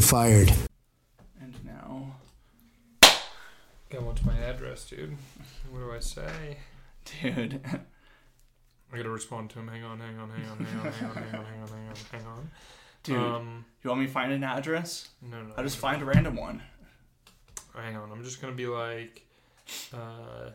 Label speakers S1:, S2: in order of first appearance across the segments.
S1: fired.
S2: And now,
S3: Gotta watch my address, dude. What do I say?
S2: dude,
S3: I gotta respond to him. Hang on, hang on, hang on, hang on, hang on, hang on, hang on, hang on, hang on.
S2: dude,
S3: Um,
S2: you want me to find an address?
S3: no, no.
S2: I'll just
S3: no.
S2: find a random one.
S3: Hang on, I'm just gonna be like, uh,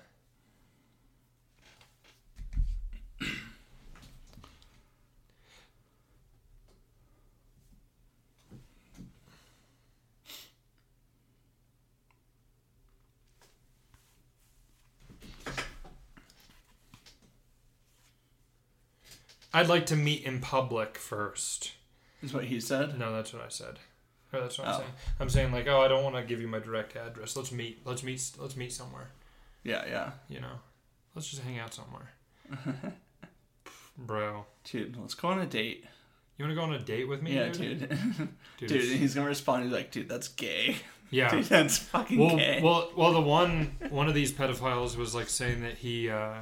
S3: I'd like to meet in public first.
S2: Is what he said.
S3: No, that's what I said. Or that's what
S2: Oh.
S3: I'm saying. I'm saying like, oh, I don't want to give you my direct address. Let's meet. Let's meet. Let's meet somewhere.
S2: Yeah, yeah,
S3: You know, let's just hang out somewhere. Bro,
S2: dude. Let's go on a date.
S3: you want to go on a date with me?
S2: yeah, dude,
S3: Dude,
S2: dude. and he's gonna respond. He's like, dude, that's gay.
S3: Yeah.
S2: Dude, that's fucking
S3: Well,
S2: gay.
S3: well, well. The one one of these pedophiles was like saying that he uh,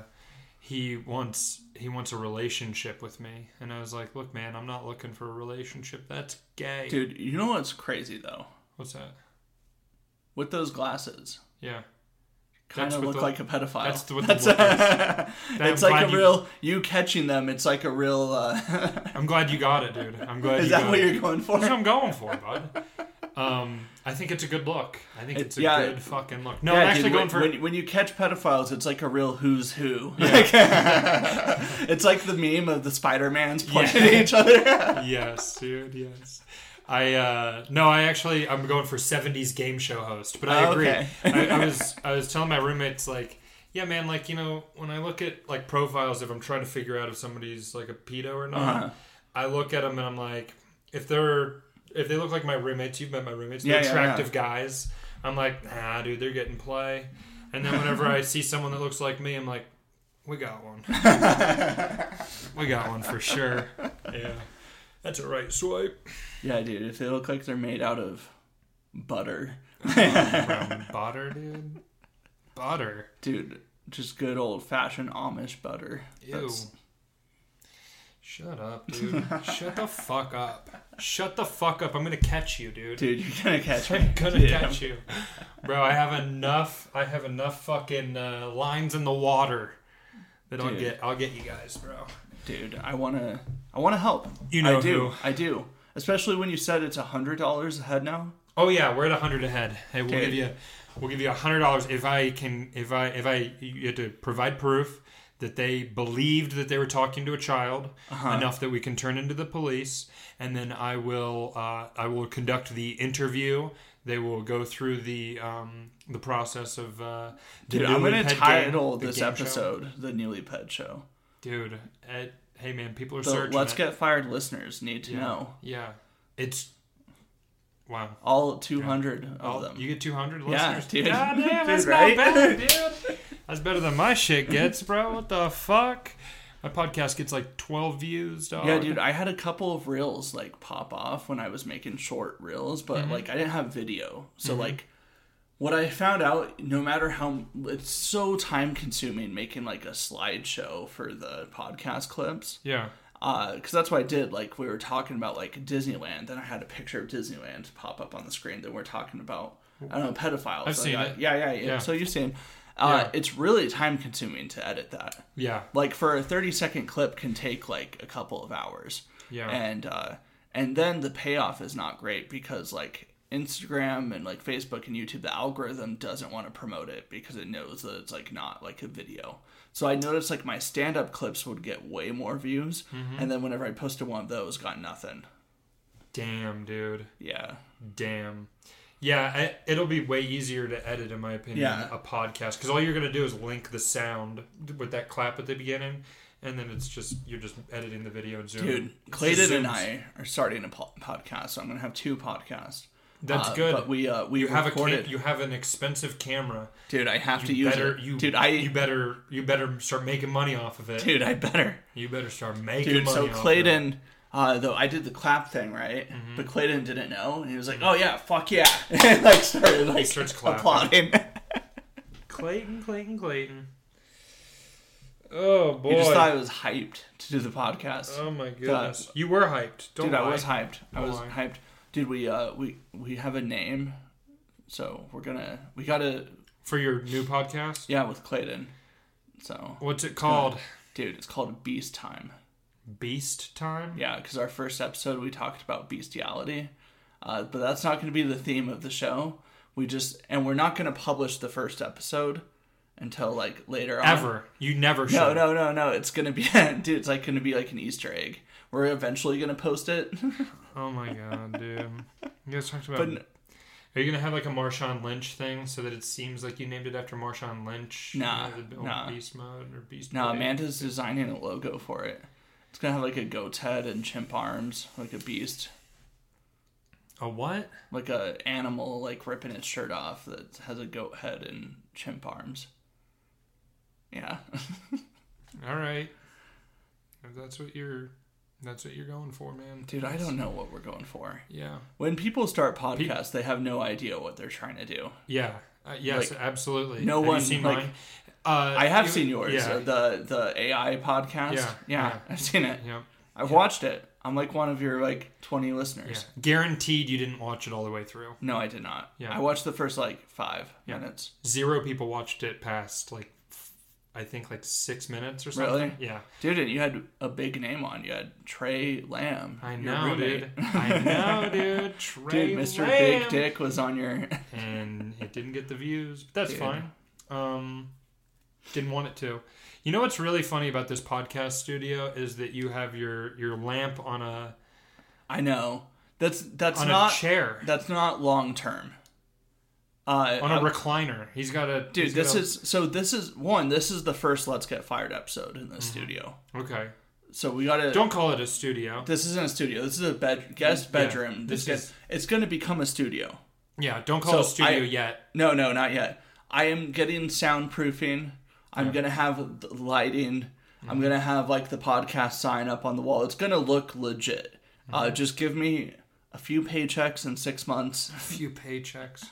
S3: he wants he wants a relationship with me, and I was like, look, man, I'm not looking for a relationship. That's gay.
S2: dude, you know what's crazy though?
S3: What's that?
S2: With those glasses,
S3: Yeah.
S2: kind
S3: That's
S2: of look
S3: with the-
S2: like a pedophile.
S3: That's the- what the
S2: That's
S3: look
S2: it's
S3: I'm
S2: like
S3: glad
S2: a
S3: you-
S2: real you catching them. It's like a real. Uh,
S3: I'm glad you got it, dude. I'm glad.
S2: is
S3: you
S2: that
S3: got
S2: what
S3: it.
S2: you're going for?
S3: That's what I'm going for, bud. Um, I think it's a good look. I think
S2: It-
S3: it's a
S2: yeah,
S3: good
S2: it-
S3: fucking look. No,
S2: Yeah,
S3: I'm actually
S2: dude,
S3: going
S2: when,
S3: for.
S2: when, when you catch pedophiles, it's like a real who's who. it's like the meme of the Spider Mans pointing
S3: Yeah.
S2: at each other.
S3: yes, dude. Yes. I uh, no, I actually I'm going for '70s game show host, but I
S2: Oh,
S3: agree.
S2: okay.
S3: I, I was I was telling my roommates like, yeah, man, like you know when I look at like profiles if I'm trying to figure out if somebody's like a pedo or not,
S2: Uh-huh.
S3: I look at them and I'm like, if they're if they look like my roommates, you've met my roommates,
S2: Yeah,
S3: they're
S2: yeah,
S3: attractive guys. I'm like, nah, dude, they're getting play. And then whenever I see someone that looks like me, I'm like, we got one. we got one for sure. Yeah. That's a right swipe.
S2: yeah, dude, if they look like they're made out of butter,
S3: Brown butter, dude. Butter.
S2: dude, just good old fashioned Amish butter.
S3: Ew.
S2: That's-
S3: Shut up, dude. Shut the fuck up. Shut the fuck up. I'm gonna catch you, dude.
S2: dude, you're gonna catch me.
S3: I'm gonna
S2: Dude,
S3: catch you, bro. I have enough. I have enough fucking uh, lines in the water that I'll
S2: Dude.
S3: get. I'll get you guys, bro.
S2: dude, I wanna, I wanna help.
S3: You know
S2: I do,
S3: who.
S2: I do. Especially when you said it's a hundred dollars a head now.
S3: Oh yeah, we're at a hundred ahead. Hey, we'll
S2: Dude.
S3: give you. We'll give you a hundred dollars if I can. If I if I you have to provide proof that they believed that they were talking to a child
S2: Uh-huh.
S3: enough that we can turn into the police, and then I will uh, I will conduct the interview. They will go through the um, the process of. Uh, the
S2: Dude, I'm gonna
S3: Newlywed Game-
S2: title
S3: the
S2: this
S3: game show.
S2: episode "The Newly Ped Show."
S3: dude. At, hey man, people are
S2: The
S3: searching.
S2: Let's
S3: it.
S2: Get Fired listeners need to
S3: yeah.
S2: know
S3: Yeah, it's wow. Oh,
S2: all 200 of them.
S3: You get 200
S2: Yeah,
S3: listeners.
S2: dude.
S3: God damn,
S2: Dude,
S3: that's
S2: right?
S3: not bad, dude. That's better than my shit gets, bro. What the fuck? My podcast gets like 12 views, dog.
S2: Yeah, dude, I had a couple of reels like pop off when I was making short reels, but
S3: Mm-hmm.
S2: like I didn't have video. So like what I found out, no matter how it's so time consuming making like a slideshow for the podcast clips.
S3: Yeah.
S2: Uh, cuz that's what I did like we were talking about like Disneyland, then I had a picture of Disneyland pop up on the screen then we're talking about I don't know pedophiles.
S3: I've
S2: Like,
S3: seen
S2: I-
S3: it.
S2: Yeah, yeah, yeah,
S3: Yeah.
S2: So you've seen uh,
S3: Yeah.
S2: it's really time consuming to edit that.
S3: Yeah.
S2: Like for a 30 second clip can take like a couple of hours
S3: Yeah.
S2: and uh, and then the payoff is not great because like Instagram and like Facebook and YouTube, the algorithm doesn't want to promote it because it knows that it's like not like a video. So I noticed like my stand up clips would get way more views,
S3: Mm-hmm.
S2: and then whenever I posted one of those, got nothing.
S3: Damn, dude.
S2: Yeah,
S3: Damn. Yeah, I, it'll be way easier to edit, in my opinion,
S2: Yeah.
S3: a podcast because all you're gonna do is link the sound with that clap at the beginning, and then it's just you're just editing the video and zooming.
S2: dude,
S3: It's just
S2: Clayton and
S3: zooms.
S2: I are starting a po- podcast, so I'm gonna have two podcasts.
S3: That's
S2: Uh,
S3: good.
S2: But we uh, we
S3: you have a
S2: recorded,
S3: cam- you have an expensive camera.
S2: dude. I have to
S3: you
S2: use
S3: better
S2: it,
S3: you
S2: dude. I
S3: you better you better start making money off of it.
S2: dude, I better.
S3: You better start making
S2: Dude,
S3: money.
S2: so
S3: off of it. Mm-hmm.
S2: Clayton, uh, though I did the clap thing right, but Clayton didn't know, and he was like, "Oh yeah, fuck yeah!" and like started like
S3: starts clapping.
S2: applauding.
S3: Clayton, Clayton, Clayton. Oh boy!
S2: you just thought I was hyped to do the podcast,
S3: oh my goodness! you were hyped. Don't
S2: dude.
S3: lie.
S2: I was hyped. I was
S3: Why?
S2: hyped, Did we uh we we have a name? So we're gonna we gotta
S3: for your new podcast.
S2: yeah with Clayton. So
S3: What's it called?
S2: dude, it's called Beast Time.
S3: Beast time.
S2: Yeah, because our first episode we talked about bestiality, uh, but that's not going to be the theme of the show. We just and we're not going to publish the first episode until like later on.
S3: Ever. You never
S2: No,
S3: should.
S2: no, no, no. It's gonna be, dude. It's like gonna be like an Easter egg. We're eventually gonna post it.
S3: Oh my god, dude. You guys talked about.
S2: But n-
S3: Are you gonna have like a Marshawn Lynch thing so that it seems like you named it after Marshawn Lynch? You
S2: Nah,
S3: know, the old
S2: nah.
S3: Beast mode or Beast.
S2: no,
S3: Blade?
S2: Amanda's designing a logo for it. It's gonna have like a goat's head and chimp arms, like a beast,
S3: A what?
S2: like a animal, like ripping its shirt off that has a goat head and chimp arms. Yeah.
S3: All right. If that's what you're. That's what you're going for, man.
S2: Dude, I don't know what we're going for.
S3: Yeah.
S2: When people start podcasts, they have no idea what they're trying to do.
S3: Yeah. Uh, yes,
S2: Like,
S3: absolutely.
S2: no
S3: Have you
S2: one,
S3: seen
S2: like-
S3: mine? Uh,
S2: I have
S3: you-
S2: seen yours,
S3: Yeah.
S2: uh, the the AI podcast.
S3: Yeah, yeah.
S2: I've seen it.
S3: yeah.
S2: I've watched it. I'm like one of your like 20
S3: Yeah.
S2: listeners.
S3: Guaranteed, you didn't watch it all the way through.
S2: No, I did not.
S3: Yeah.
S2: I watched the first like five minutes.
S3: Zero people watched it past like, f- I think like six minutes or something.
S2: Really?
S3: Yeah.
S2: Dude, and you had a big name on. You had Trey Lamb.
S3: I
S2: your
S3: know,
S2: roommate.
S3: dude. I know, dude. Trey
S2: Dude, Mr. Big
S3: Lamb.
S2: Dick was on your.
S3: and it didn't get the views. But that's
S2: Dude.
S3: fine. Um, didn't want it to. You know what's really funny about this podcast studio is that you have your your lamp on a
S2: I know. That's that's
S3: on
S2: not
S3: a chair
S2: that's not long term. Uh,
S3: on
S2: I-
S3: a recliner. He's got a
S2: dude,
S3: he's
S2: this
S3: got a-
S2: is so. This is one. This is the first "Let's Get Fired" episode in the studio.
S3: okay.
S2: So we gotta.
S3: Mm-hmm. Don't call it a studio.
S2: This isn't a studio. This is a bed guest bedroom.
S3: this
S2: this is.
S3: is-
S2: It's gonna become a studio.
S3: Yeah, don't call it a
S2: So,
S3: studio
S2: I-
S3: yet.
S2: No, no, not yet. I am getting soundproofing. I'm gonna have the lighting.
S3: Mm-hmm.
S2: I'm gonna have like the podcast sign up on the wall. It's gonna look legit. Uh,
S3: Mm-hmm.
S2: just give me a few paychecks in six months,
S3: A few paychecks.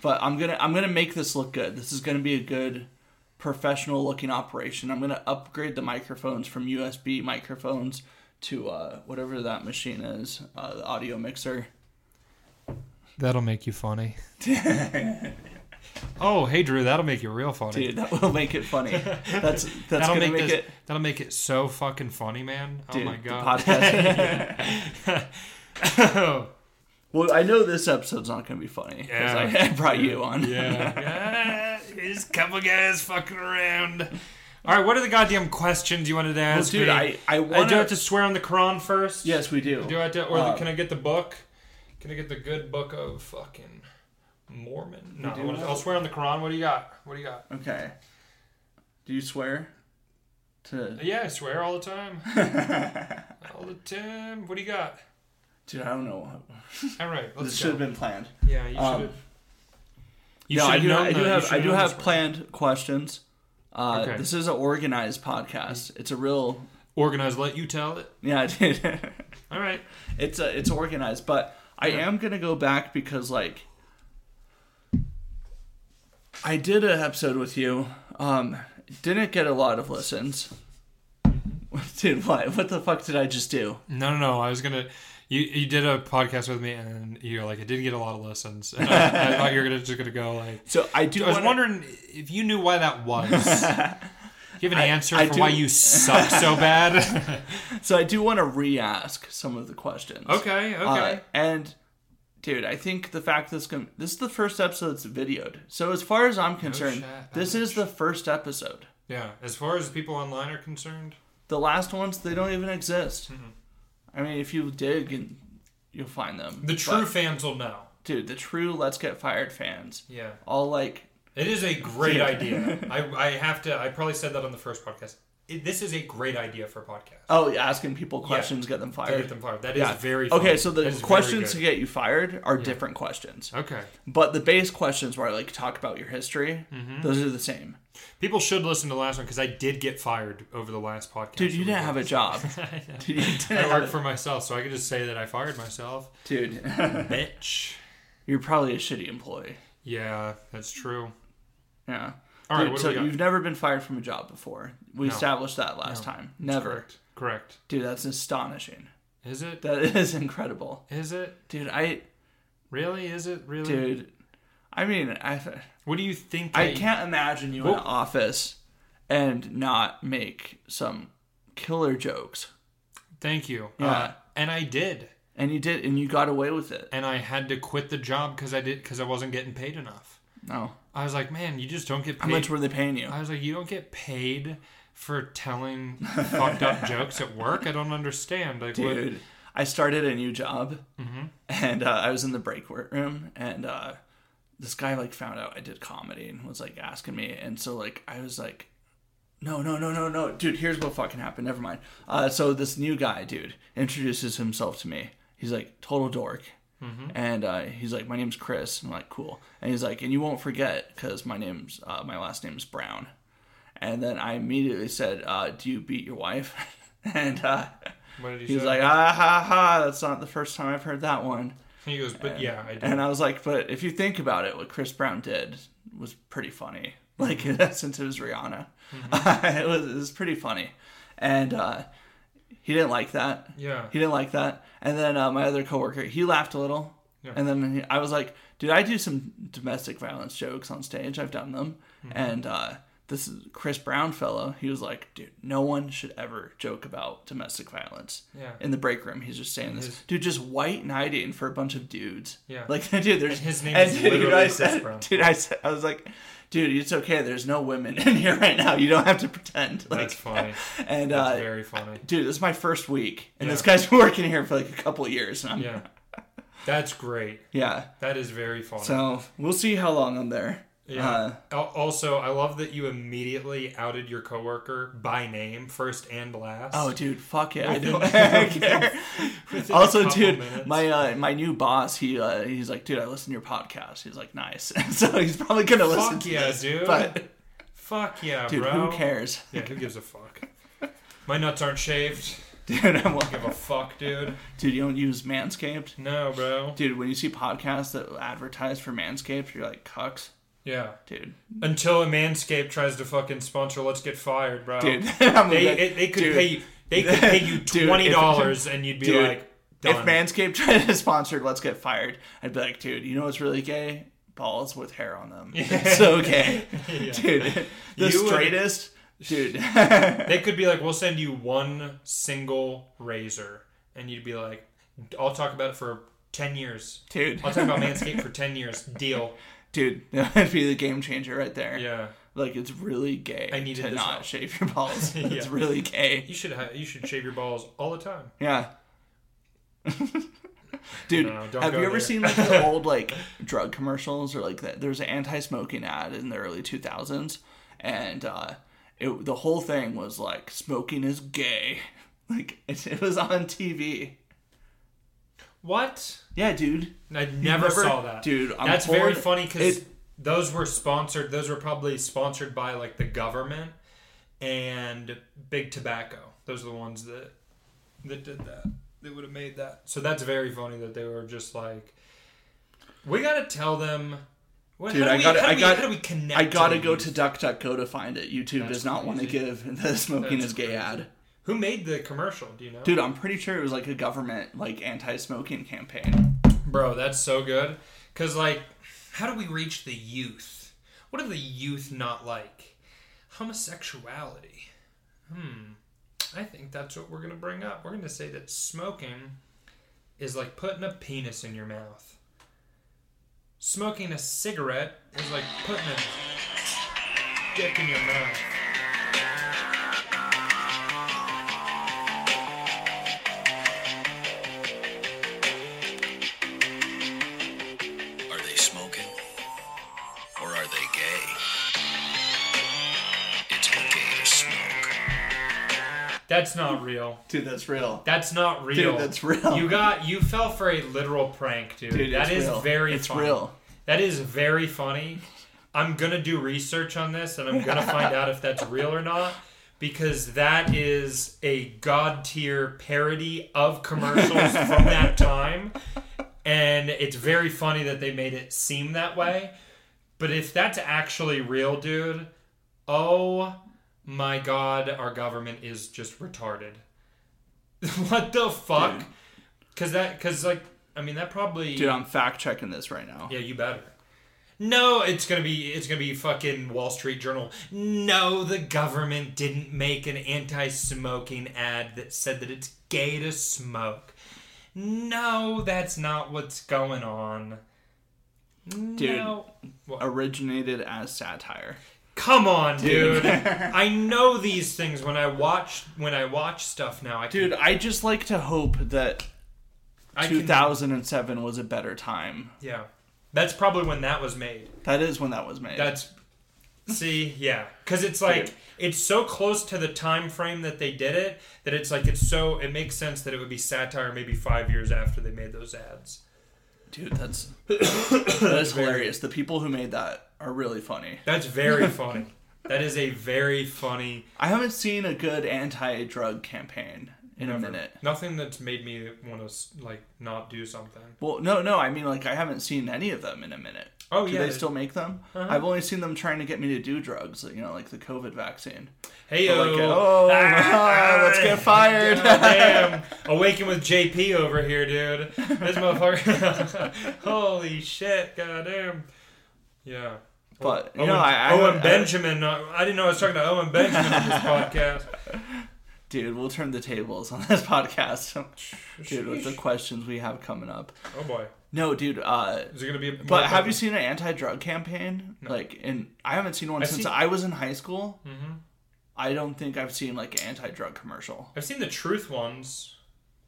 S2: but I'm gonna I'm gonna make this look good. This is gonna be a good professional looking operation. I'm gonna upgrade the microphones from USB microphones to uh, whatever that machine is, uh, the audio mixer.
S3: That'll make you funny. oh, hey Drew, that'll make you real funny.
S2: Dude, that will make it funny. That's that's
S3: that'll
S2: gonna
S3: make,
S2: make,
S3: this,
S2: it.
S3: That'll make it so fucking funny, man.
S2: Dude,
S3: oh my
S2: the
S3: god.
S2: podcast Well, I know this episode's not going to be funny because
S3: Yeah.
S2: I brought you on.
S3: yeah. There's a couple guys fucking around. All right, what are the goddamn questions you wanted to ask
S2: dude,
S3: me?
S2: I I
S3: I
S2: want
S3: do have to swear on the Quran first.
S2: Yes, we do.
S3: Do I have to, or the,
S2: Uh,
S3: can I get the book? Can I get the good book of fucking Mormon? No,
S2: do
S3: what is-
S2: have-
S3: I'll swear on the Quran. What do you got? What do you got?
S2: Okay. Do you swear? To
S3: Yeah, I swear all the time. all the time. What do you got?
S2: dude, I don't know.
S3: All right,
S2: This
S3: let's
S2: should
S3: go.
S2: have been planned.
S3: yeah, you should.
S2: um,
S3: have you
S2: no, I
S3: should've
S2: do.
S3: known
S2: I do
S3: that. You
S2: have. I
S3: should've
S2: do
S3: known
S2: have
S3: this one.
S2: planned questions. Uh,
S3: Okay. Mm.
S2: This is an organized podcast. It's a real.
S3: organized. Let you tell it.
S2: Yeah, dude.
S3: All right.
S2: it's a, it's organized, but I am gonna go back because like I did an episode with you. Um, didn't get a lot of listens.
S3: Mm-hmm.
S2: Dude, what what the fuck did I just do?
S3: No, no, no. I was gonna. You you did a podcast with me, and you're like, I didn't get a lot of listens. And I, I thought you were gonna, just gonna go like.
S2: So I do.
S3: I was
S2: wanna-
S3: wondering if you knew why that was. Do you have an answer
S2: I
S3: for
S2: do-
S3: why you suck so bad?
S2: So I do want to re-ask some of the questions.
S3: okay, okay.
S2: Uh, and dude, I think the fact this com- this is the first episode that's videoed. So as far as I'm concerned,
S3: Oh, shit.
S2: this is the first episode.
S3: yeah. As far as people online are concerned,
S2: The last ones, they don't even exist.
S3: Mm-hmm.
S2: I mean, if you dig and you'll find them.
S3: the true
S2: But,
S3: fans will know.
S2: dude, the true Let's Get Fired fans,
S3: Yeah,
S2: all like,
S3: it is a great
S2: Yeah.
S3: idea. I I have to. I probably said that on the first podcast. It, this is a great idea for a podcast.
S2: oh, yeah, asking people questions get them
S3: to get
S2: fired.
S3: them fired. That is
S2: Yeah.
S3: very fun.
S2: Okay, so
S3: That
S2: the
S3: is very
S2: questions
S3: good.
S2: to get you fired are different questions,
S3: Okay.
S2: but the base questions where I like talk about your history,
S3: Mm-hmm.
S2: those are the same.
S3: People should listen to the last one because I did get fired over the last podcast.
S2: Dude, you didn't have a job. Dude, you didn't
S3: I
S2: have
S3: worked
S2: a-
S3: for myself, so I could just say that I fired myself.
S2: dude,
S3: Bitch.
S2: you're probably a shitty employee.
S3: Yeah, that's true.
S2: Yeah.
S3: All right,
S2: Dude,
S3: what do
S2: so
S3: we got?
S2: you've never been fired from a job before. We established that last time. Never.
S3: Correct. Correct.
S2: Dude, that's astonishing.
S3: Is it?
S2: That is incredible,
S3: Is it?
S2: dude. I
S3: Really? Is it really?
S2: dude. I mean, I
S3: What do you think?
S2: I
S3: that-
S2: can't imagine you in an
S3: Well-
S2: office and not make some killer jokes.
S3: Thank you.
S2: Yeah.
S3: Uh, and I did.
S2: And you did, and you got away with it.
S3: And I had to quit the job because I did because I wasn't getting paid enough.
S2: No.
S3: I was like, man, you just don't get
S2: How
S3: paid.
S2: much were they paying you?
S3: I was like, you don't get paid for telling fucked up jokes at work. I don't understand. Like, what?
S2: Dude, I started a new job, and uh, I was in the break room, and uh, this guy like found out I did comedy and was like asking me, and so like I was like, no, no, no, no, no, dude. Here's what fucking happened. Never mind. Uh, so this new guy, dude, introduces himself to me. He's like total dork. And uh, he's like, my name's Chris. I'm like, cool. And he's like, and you won't forget because my name's uh, my last name's Brown. And then I immediately said, uh, "Do you beat your wife?" and uh,
S3: What did he
S2: he was
S3: say?
S2: like, ah ha ha, that's not the first time I've heard that one.
S3: he goes, but yeah, I did.
S2: And I was like, but if you think about it, what Chris Brown did was pretty funny. Like in essence, it was Rihanna.
S3: Mm-hmm.
S2: it, was, it was pretty funny, and uh, he didn't like that.
S3: Yeah.
S2: he didn't like that. And then uh, my other coworker, he laughed a little,
S3: Yeah.
S2: and then he, I was like, dude, I do some domestic violence jokes on stage. I've done them,
S3: Mm-hmm.
S2: and uh, this is Chris Brown fellow. He was like, dude, no one should ever joke about domestic violence
S3: Yeah.
S2: in the break room. He's just saying this, dude, just white knighting for a bunch of dudes.
S3: Yeah.
S2: like dude, there's
S3: His name
S2: and
S3: is
S2: dude,
S3: literally
S2: I
S3: Chris
S2: said,
S3: Brown.
S2: Dude, I said, I was like, dude, it's okay. There's no women in here right now. You don't have to pretend. Like,
S3: That's funny.
S2: And
S3: That's
S2: uh,
S3: very funny.
S2: dude, this is my first week, and this
S3: Yeah.
S2: guy's been working here for like a couple of years. And I'm, yeah.
S3: Yeah. That's great.
S2: yeah.
S3: That is very funny.
S2: So we'll see how long I'm there.
S3: Yeah.
S2: Uh,
S3: Al- also, I love that you immediately outed your coworker by name, first and last.
S2: oh, dude, fuck it. I
S3: Within-
S2: don't I care.
S3: Within a
S2: also,
S3: couple
S2: dude,
S3: minutes.
S2: my uh, my new boss, he uh, he's like, dude, I listen to your podcast. He's like, nice. so he's probably gonna listen
S3: fuck
S2: to
S3: yeah,
S2: this,
S3: dude.
S2: But
S3: fuck yeah,
S2: dude,
S3: bro.
S2: who cares?
S3: Yeah, who gives a fuck? My nuts aren't shaved.
S2: Dude, I'm like,
S3: Give a fuck, dude.
S2: dude, you don't use Manscaped.
S3: No, bro.
S2: Dude, when you see podcasts that advertise for Manscaped, you're like cucks,
S3: Yeah.
S2: dude.
S3: Until a manscape tries to fucking sponsor, let's get fired, bro.
S2: Dude, I'm
S3: Oh. They,
S2: like,
S3: it- they could
S2: dude,
S3: pay you. They could pay you
S2: Dude, if-
S3: twenty dollars, and you'd be
S2: dude,
S3: like,
S2: If
S3: done.
S2: Manscaped tried to sponsor "Let's Get Fired," I'd be like, dude, you know what's really gay? Balls with hair on them. It's okay, dude. The
S3: You would-
S2: straightest, dude.
S3: They could be like, we'll send you one single razor, and you'd be like, I'll talk about it for ten years.
S2: dude,
S3: I'll talk about Manscaped for ten years. Deal.
S2: dude. That'd be the game changer right there.
S3: Yeah.
S2: Like it's really gay
S3: I needed
S2: to
S3: this
S2: not
S3: help.
S2: shave your balls. It's really gay.
S3: You should ha- you should shave your balls all the time.
S2: Yeah. Dude,
S3: No, don't
S2: have
S3: go
S2: you ever
S3: there.
S2: seen like the old like drug commercials or like that? There's an anti-smoking ad in the early 2000s, and uh, it the whole thing was like smoking is gay. Like it, it was on TV.
S3: What?
S2: Yeah, dude.
S3: I never,
S2: never-
S3: saw that,
S2: dude, I'm
S3: That's
S2: pulling-
S3: very funny because
S2: it-
S3: those were sponsored. Those were probably sponsored by like the government and big tobacco. Those are the ones that that did that. That would have made that. So that's very funny that they were just like, we gotta tell them. What,
S2: Dude,
S3: how do
S2: I
S3: we-
S2: gotta-
S3: how do
S2: I
S3: we-
S2: got-
S3: how do we connect?
S2: I gotta
S3: them?
S2: go to DuckDuckGo to find it. YouTube does not want to give the smoking
S3: That's
S2: is gay
S3: crazy.
S2: ad.
S3: Who made the commercial? Do you know?
S2: Dude, I'm pretty sure it was like a government like anti-smoking campaign.
S3: Bro, that's so good. Cause like, how do we reach the youth? What do the youth not like? Homosexuality. Hmm. I think that's what we're gonna bring up. We're gonna say that smoking is like putting a penis in your mouth. Smoking a cigarette is like putting a dick in your mouth.
S1: Are they smoking? Or are they gay? It's okay to smoke.
S3: That's not real.
S2: Dude, that's real.
S3: That's not real.
S2: that's real.
S3: You got you fell for a literal prank, dude.
S2: Dude,
S3: that
S2: it's
S3: is
S2: real.
S3: very
S2: It's
S3: funny.
S2: real.
S3: That is very funny. I'm gonna do research on this and I'm gonna find out if that's real or not. Because that is a god tier parody of commercials from that time. And it's very funny that they made it seem that way. But if that's actually real, dude, oh my god, our government is just retarded. what the fuck? Because that, because like, I mean, that probably.
S2: Dude, I'm fact checking this right now.
S3: Yeah, you better. No, it's gonna be it's gonna be fucking Wall Street Journal. No, the government didn't make an anti-smoking ad that said that it's gay to smoke. No, that's not what's going on.
S2: Dude.
S3: No.
S2: Originated as satire.
S3: Come on, dude. I know these things when I watch when I watch stuff now. I can,
S2: Dude, I just like to hope that
S3: I can-
S2: 2007 was a better time.
S3: yeah. That's probably when that was made.
S2: That is when that was made.
S3: That's see, yeah, because it's like
S2: Dude.
S3: it's so close to the time frame that they did it that it's like it's so it makes sense that it would be satire maybe five years after they made those ads.
S2: Dude, that's that is hilarious. The people who made that are really funny.
S3: That's very funny. That is a very funny.
S2: I haven't seen a good anti-drug campaign in a minute.
S3: Nothing that's made me want to like not do something.
S2: Well, no, no. I mean, like, I haven't seen any of them in a minute.
S3: Oh,
S2: Do
S3: yeah, Uh-huh.
S2: they
S3: there's-
S2: still make them? I've only seen them trying to get me to do drugs, you know, like the COVID vaccine.
S3: Hey
S2: But
S3: yo,
S2: like, oh, let's get fired.
S3: Ah! Oh, Damn, awaken with JP over here, dude. This motherfucker. Holy shit, goddamn. Yeah.
S2: But you
S3: Owen,
S2: know, I, I
S3: Owen
S2: I-
S3: Benjamin. uh, I didn't know I was talking to Owen Benjamin on this podcast.
S2: dude, we'll turn the tables on this podcast, dude, with the questions we have coming up.
S3: Oh boy,
S2: No, dude. Uh,
S3: is it gonna be? A
S2: but have you seen an anti-drug campaign? Like, in I haven't seen one
S3: I've
S2: since
S3: seen- Mm-hmm.
S2: I was in high school. I don't think I've seen like an anti-drug commercial.
S3: I've seen the truth ones.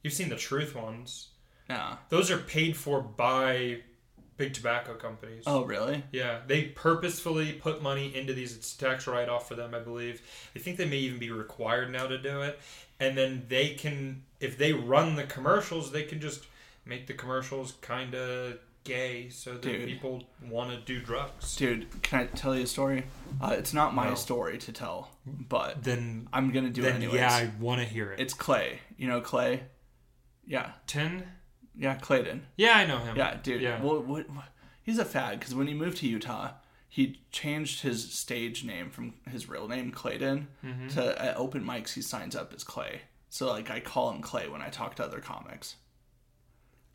S3: You've seen the truth ones.
S2: Yeah.
S3: Those are paid for by big tobacco companies.
S2: Oh, really?
S3: Yeah, they purposefully put money into these. It's tax write off for them, I believe. I think they may even be required now to do it. And then they can, if they run the commercials, they can just make the commercials kind of gay so that
S2: Dude.
S3: people want to do drugs.
S2: Dude, can I tell you a story? Uh, it's not my story to tell, but
S3: Then,
S2: I'm gonna do it anyways.
S3: want to hear it.
S2: It's Clay. You know Clay? Yeah,
S3: ten.
S2: yeah, Clayton.
S3: Yeah, I know him.
S2: Yeah, dude.
S3: Yeah.
S2: Well, what, what, he's a fad because when he moved to Utah, he changed his stage name from his real name Clayton
S3: Mm-hmm.
S2: to at open mics. He signs up as Clay. So like I call him Clay when I talk to other comics.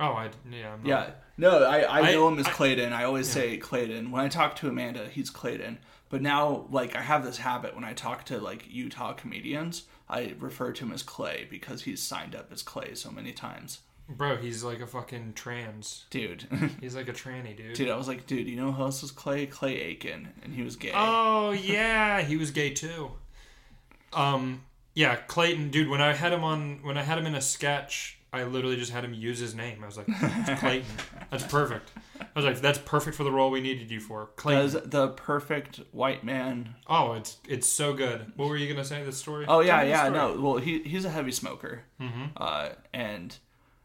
S3: oh, I yeah. I'm not-
S2: Yeah. No, I, I,
S3: I-
S2: know him as
S3: I-
S2: Clayton. I always say Clayton. When I talk to Amanda, he's Clayton. But now, like, I have this habit when I talk to, like, Utah comedians, I refer to him as Clay because he's signed up as Clay so many times.
S3: bro, he's like a fucking trans.
S2: Dude.
S3: He's like a tranny dude.
S2: dude, I was like, dude, you know who else was Clay? Clay Aiken. And he was gay.
S3: Oh yeah, he was gay too. Um, yeah, Clayton, dude. When I had him on, when I had him in a sketch, I literally just had him use his name. I was like, "It's Clayton, that's perfect. I was like, that's perfect for the role we needed you for, Clayton.
S2: As the perfect white man.
S3: oh, it's it's so good. What were you gonna say? This story?
S2: Oh, yeah,
S3: Tell me the
S2: yeah.
S3: story. Mm-hmm.
S2: No, well, he, he's a heavy smoker. Uh, and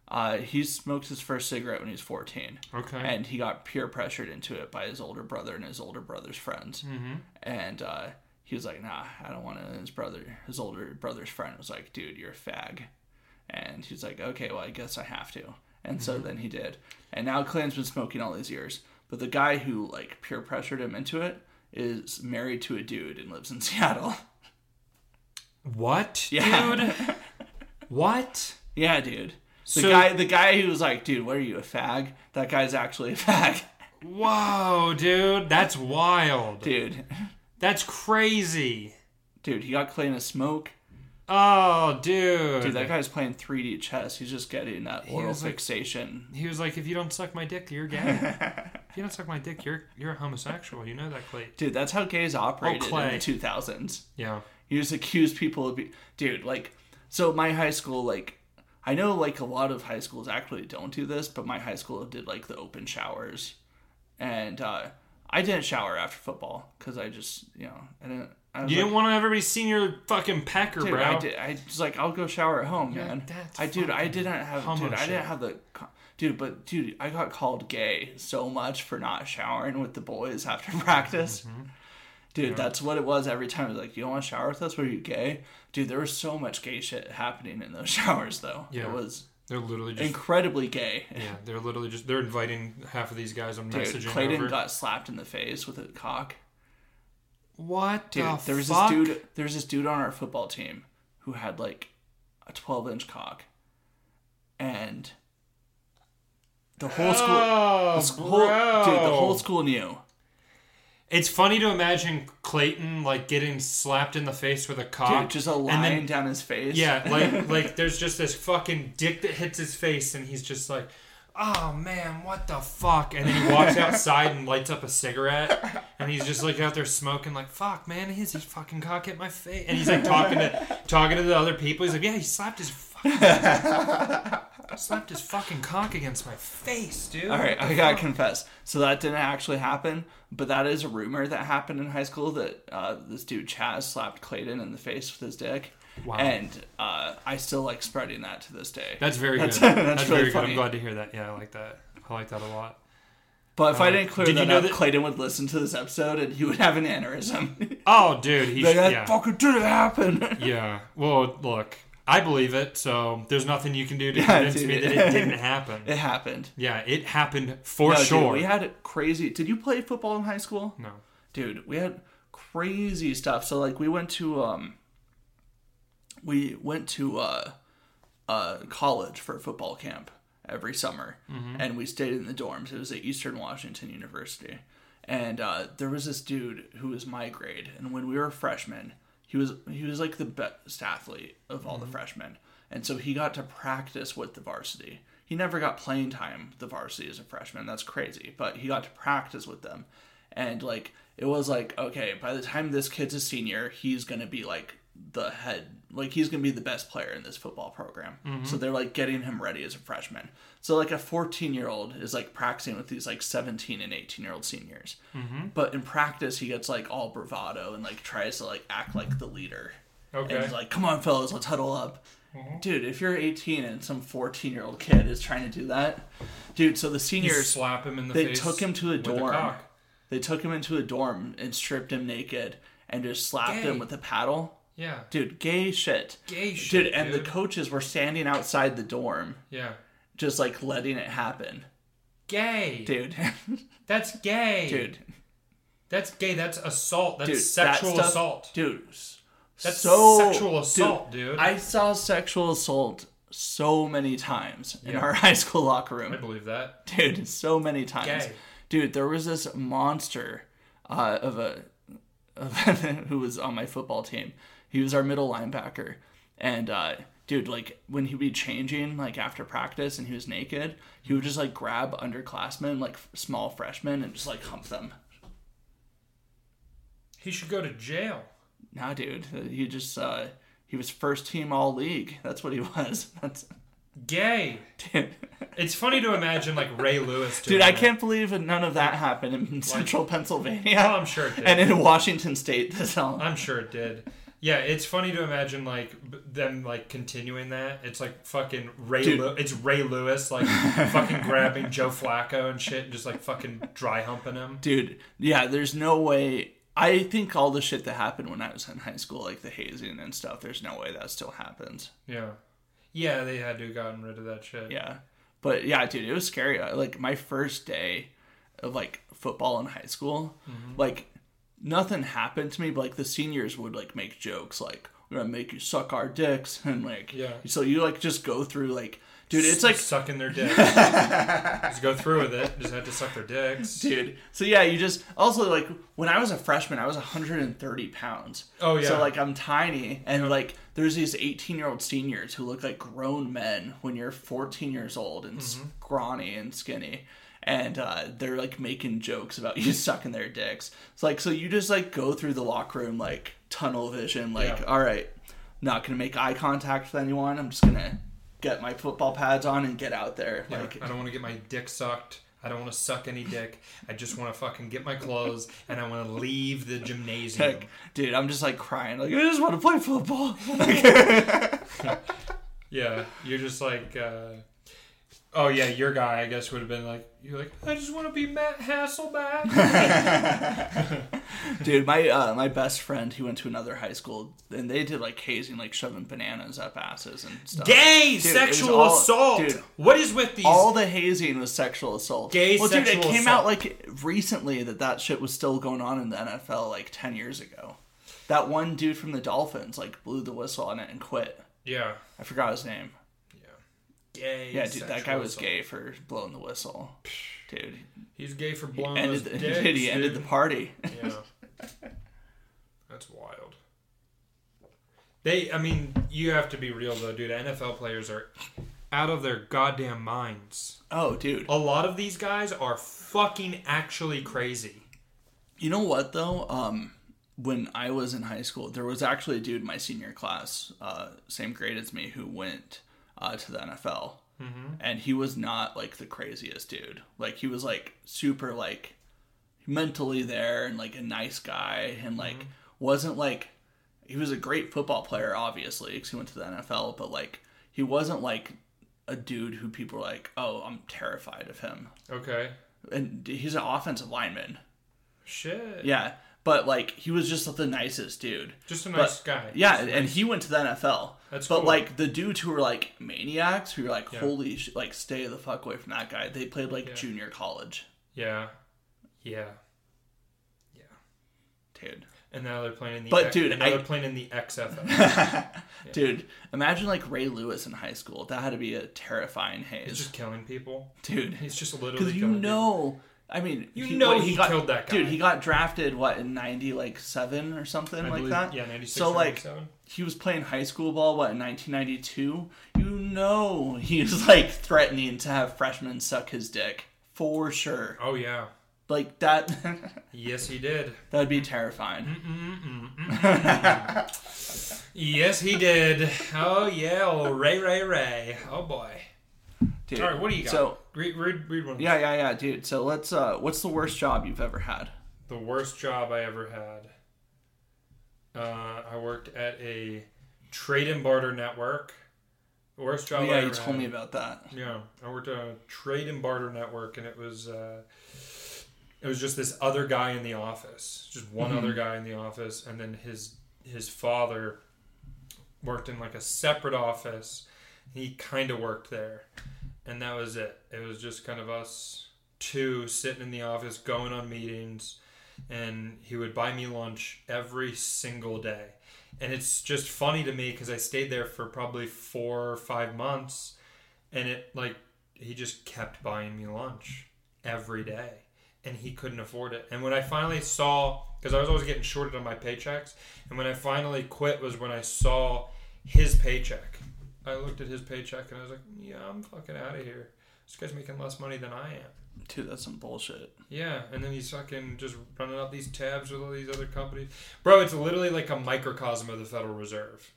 S2: uh, he smoked his first cigarette when he was 14.
S3: Okay.
S2: and he got peer pressured into it by his older brother and his older brother's friends. Mm-hmm. And uh, he was like, "Nah, I don't want to." His brother, his older brother's friend, was like, "Dude, you're a fag," and he's like, "Okay, well, I guess I have to." And so
S3: Mm-hmm.
S2: then he did, and now Clan's been smoking all these years. But the guy who like peer pressured him into it is married to a dude and lives in Seattle.
S3: what,
S2: Yeah.
S3: dude? What?
S2: yeah, dude. The
S3: So-
S2: guy, the guy who was like, "Dude, what are you a fag?" That guy's actually a fag,
S3: Whoa, dude, that's wild.
S2: dude.
S3: That's crazy.
S2: Dude, he got Clan to smoke.
S3: Oh, dude.
S2: Dude, that guy's playing 3D chess. He's just getting that oral
S3: was like-
S2: fixation.
S3: He was like, "If you don't suck my dick, you're gay. if you don't suck my dick, you're you're a homosexual. You know that, Clay."
S2: Dude, that's how gays operated in the
S3: Clay.
S2: 2000s.
S3: Yeah.
S2: You just accuse people of be Dude, like, so my high school, like, I know, like, a lot of high schools actually don't do this, but my high school did, like, the open showers. And uh, I didn't shower after football because I just, you know, I didn't. I was
S3: You
S2: like,
S3: didn't want to everybody seeing your fucking pecker,
S2: Dude,
S3: bro.
S2: I did. I just like I'll go shower at home, man.
S3: that's
S2: I dude, I didn't have
S3: homo
S2: dude, I
S3: shit.
S2: didn't have the co- dude, but dude, I got called gay so much for not showering with the boys after practice.
S3: Mm-hmm.
S2: Dude, that's what it was every time. It was like, you don't want to shower with us? Were you gay? Dude, there was so much gay shit happening in those showers, though.
S3: Yeah.
S2: It was
S3: They're literally just.
S2: incredibly gay.
S3: yeah, they're literally just. They're inviting half of these guys on
S2: Dude,
S3: messaging
S2: Clayton
S3: over.
S2: got slapped in the face with a cock.
S3: what
S2: Dude,
S3: the
S2: there was
S3: fuck?
S2: this dude. There was this dude on our football team who had like a 12 inch cock. And the whole school,
S3: Oh,
S2: the school dude, the
S3: bro.
S2: whole school knew.
S3: It's funny to imagine Clayton like getting slapped in the face with a cock,
S2: Dude, just a line
S3: and then-
S2: down his face.
S3: yeah, like like there's just this fucking dick that hits his face, and he's just like, "Oh man, what the fuck?" And then he walks outside and lights up a cigarette, and he's just like out there smoking, like, "Fuck, man, his his fucking cock hit my face," and he's like talking to talking to the other people. He's like, "Yeah, he slapped his." Fucking Slapped his fucking cock against my face, dude.
S2: All right, I gotta confess. So that didn't actually happen, but that is a rumor that happened in high school that uh, this dude Chaz slapped Clayton in the face with his dick.
S3: Wow.
S2: And uh, I still like spreading that to this day.
S3: That's very
S2: That's-
S3: good.
S2: that's
S3: That's,
S2: really
S3: very good.
S2: funny.
S3: I'm glad to hear that. Yeah, I like that. I like that a lot.
S2: but if I didn't clear
S3: Uh, did you
S2: that
S3: know
S2: up,
S3: that-
S2: Clayton would listen to this episode and he would have an aneurysm.
S3: Oh, dude, he's
S2: like, that
S3: yeah,
S2: fucking didn't happen.
S3: yeah. Well, look, I believe it. So there's nothing you can do to
S2: Yeah,
S3: convince
S2: dude.
S3: me that it didn't happen.
S2: it happened.
S3: Yeah, it happened for
S2: No, dude,
S3: sure.
S2: we had crazy. Did you play football in high school?
S3: no,
S2: dude we had crazy stuff so like we went to um we went to uh uh college for football camp every summer and we stayed in the dorms it was at eastern washington university and uh there was this dude who was my grade and when we were freshmen he was he was like the best athlete of all the freshmen and so he got to practice with the varsity he never got playing time with the varsity as a freshman that's crazy but he got to practice with them and like it was like okay by the time this kid's a senior he's gonna be like the head like he's gonna be the best player in this football program so they're like getting him ready as a freshman so like a 14 year old is like practicing with these like 17 and 18 year old seniors but in practice he gets like all bravado and like tries to like act like the leader and
S3: okay.
S2: he's like come on fellas let's huddle up dude if you're 18 and some 14 year old kid is trying to do that dude so the
S3: You
S2: seniors
S3: slap him in the
S2: they
S3: face.
S2: took him to a
S3: with
S2: dorm.
S3: cock.
S2: they took him into a dorm and stripped him naked and just slapped
S3: Gay.
S2: him with a paddle.
S3: Yeah,
S2: Dude, gay shit.
S3: gay shit,
S2: Dude, and the coaches were standing outside the dorm,
S3: yeah,
S2: just like letting it happen.
S3: gay.
S2: Dude,
S3: That's gay.
S2: dude,
S3: that's gay. That's assault. That's
S2: dude.
S3: sexual
S2: that stuff,
S3: assault.
S2: Dude, s-
S3: That's
S2: so,
S3: sexual assault, dude.
S2: I saw sexual assault so many times in
S3: Yeah.
S2: our high school locker
S3: I
S2: room.
S3: believe that.
S2: dude so many times
S3: Gay.
S2: dude there was this monster uh, of a of who was on my football team he was our middle linebacker and uh dude like when he'd be changing like after practice and he was naked he would just like grab underclassmen like f- small freshmen and just like hump them
S3: He should go to jail.
S2: nah dude he just uh he was first team all league that's what he was that's
S3: Gay.
S2: dude
S3: It's funny to imagine like Ray Lewis. Doing
S2: dude i
S3: that.
S2: can't believe that none of that happened in central pennsylvania
S3: Oh, I'm sure it did.
S2: and in washington state this all
S3: I'm sure it did. Yeah, it's funny to imagine like b- them like continuing that. It's like fucking Ray.
S2: Dude.
S3: Lew- it's Ray Lewis like fucking grabbing Joe Flacco and shit, and just like fucking dry humping him.
S2: dude yeah there's no way i think all the shit that happened when i was in high school like the hazing and stuff there's no way that still happens
S3: Yeah, yeah, they had to have gotten rid of that shit.
S2: yeah but yeah dude it was scary I- like my first day of like football in high school like nothing happened to me but like the seniors would like make jokes like we're gonna make you suck our dicks and like
S3: Yeah.
S2: so you like just go through like dude it's
S3: Just
S2: like
S3: sucking their dicks. just go through with it. Just had to suck their dicks.
S2: dude. So yeah, you just also like when I was a freshman, I was 130 pounds.
S3: Oh, yeah.
S2: So like I'm tiny, and like there's these 18 year old seniors who look like grown men when you're 14 years old and
S3: Mm-hmm.
S2: scrawny and skinny. And uh, they're like making jokes about you sucking their dicks. It's like so you just like go through the locker room like tunnel vision. Like
S3: Yeah.
S2: all right, not gonna make eye contact with anyone. I'm just gonna get my football pads on and get out there.
S3: Yeah,
S2: Like
S3: I don't want to get my dick sucked. I don't want to suck any dick. I just want to fucking get my clothes and I want to leave the gymnasium.
S2: Like, dude, I'm just like crying. Like, I just want to play football.
S3: Yeah, you're just like, uh, oh yeah, your guy I guess would have been like, you're like, I just want to be Matt Hasselback.
S2: dude, my uh, my best friend, he went to another high school, and they did like hazing, like shoving bananas up asses and stuff.
S3: gay
S2: it was
S3: sexual
S2: all-
S3: assault.
S2: dude.
S3: what is with these?
S2: All the hazing was sexual assault.
S3: Gay
S2: well, dude, it
S3: sexual
S2: came
S3: assault.
S2: out like recently that that shit was still going on in the NFL like ten years ago. That one dude from the Dolphins like blew the whistle on it and quit.
S3: Yeah.
S2: I forgot his name.
S3: Gay.
S2: Yeah, dude, that guy was
S3: sexual
S2: gay for blowing the whistle, dude.
S3: assault. He's gay for blowing
S2: ended
S3: those
S2: the,
S3: dicks.
S2: dude, he ended the
S3: dude.
S2: party.
S3: Yeah. That's wild. They, I mean, you have to be real though, dude. NFL players are out of their goddamn minds.
S2: oh, dude.
S3: A lot of these guys are fucking actually crazy.
S2: You know what though? Um, when I was in high school, there was actually a dude in my senior class, uh, same grade as me, who went uh, to the NFL, and he was not like the craziest dude. Like he was like super like mentally there and like a nice guy, and like wasn't like he was a great football player, obviously, because he went to the NFL, but like he wasn't like a dude who people were like, oh, I'm terrified of him,
S3: Okay.
S2: and he's an offensive lineman.
S3: Shit.
S2: Yeah, but like he was just the nicest dude.
S3: Just a
S2: But-
S3: nice guy.
S2: Yeah,
S3: Just a
S2: and
S3: nice-
S2: he went to the NFL.
S3: That's
S2: but
S3: cool.
S2: like the dudes who were like maniacs, who were like,
S3: Yeah.
S2: holy shit, like stay the fuck away from that guy. They played like
S3: Yeah.
S2: junior college,
S3: Yeah. Yeah. Yeah.
S2: dude.
S3: And now they're playing in the.
S2: But,
S3: X-
S2: dude,
S3: and now
S2: I-
S3: they're playing in the XFL.
S2: Dude, imagine like Ray Lewis in high school. That had to be a terrifying
S3: He's
S2: haze,
S3: just killing people.
S2: dude.
S3: He's just literally.
S2: Because you
S3: killing people.
S2: know, I mean,
S3: You know
S2: what,
S3: he
S2: got,
S3: killed that guy.
S2: dude. He got drafted what in ninety like seven or something
S3: I
S2: like
S3: believe-
S2: that.
S3: Yeah, 96
S2: So
S3: or
S2: like,
S3: 97.
S2: he was playing high school ball what in 1992 you know he was like threatening to have freshmen suck his dick for sure
S3: Oh yeah.
S2: like that
S3: Yes, he did.
S2: that'd be terrifying
S3: Yes, he did. Oh yeah, oh, Ray, Ray, Ray. Oh boy.
S2: dude
S3: All right, what do you got?
S2: so
S3: read, read, read one.
S2: yeah yeah yeah dude so let's uh what's the worst job you've ever had
S3: The worst job I ever had. Uh, I worked at a trade and barter network. Worst job.
S2: oh,
S3: I
S2: yeah you
S3: ever
S2: told
S3: had.
S2: me about that
S3: Yeah, I worked at a trade and barter network, and it was uh, it was just this other guy in the office, just one other guy in the office, and then his his father worked in like a separate office. He kind of worked there, and that was it. It was just kind of us two sitting in the office, going on meetings, and he would buy me lunch every single day. And it's just funny to me because I stayed there for probably four or five months and it like he just kept buying me lunch every day and he couldn't afford it and when i finally saw because i was always getting shorted on my paychecks and when i finally quit was when i saw his paycheck i looked at his paycheck and i was like yeah i'm fucking out of here this guy's making less money than i am
S2: dude that's some bullshit
S3: yeah and then he's fucking just running out these tabs with all these other companies bro it's literally like a microcosm of the federal reserve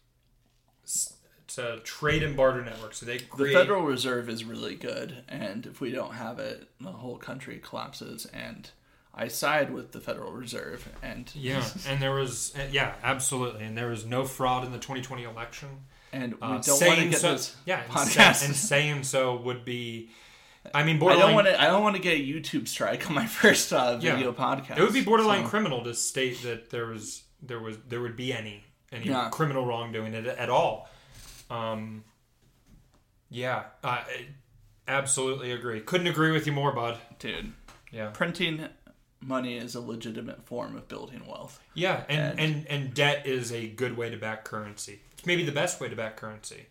S3: it's, it's a trade and barter network so they
S2: the
S3: create
S2: federal reserve is really good and if we don't have it the whole country collapses and i side with the federal reserve and
S3: Yeah, and there was uh, yeah, absolutely, and there was no fraud in the 2020 election.
S2: and we
S3: Uh,
S2: don't want to
S3: saying
S2: get
S3: so,
S2: this
S3: yeah, and, say-
S2: podcast.
S3: and saying so would be, I mean,
S2: I
S3: borderline.
S2: don't want to. I don't want to get a YouTube strike on my first uh,
S3: yeah,
S2: video podcast.
S3: It would be borderline
S2: So,
S3: criminal to state that there was there was there would be any any
S2: Yeah.
S3: criminal wrongdoing at, at all. Um, yeah, I I absolutely agree. Couldn't agree with you more, bud.
S2: dude,
S3: Yeah,
S2: printing money is a legitimate form of building wealth.
S3: yeah, and and and debt is a good way to back currency. It's maybe the best way to back currency.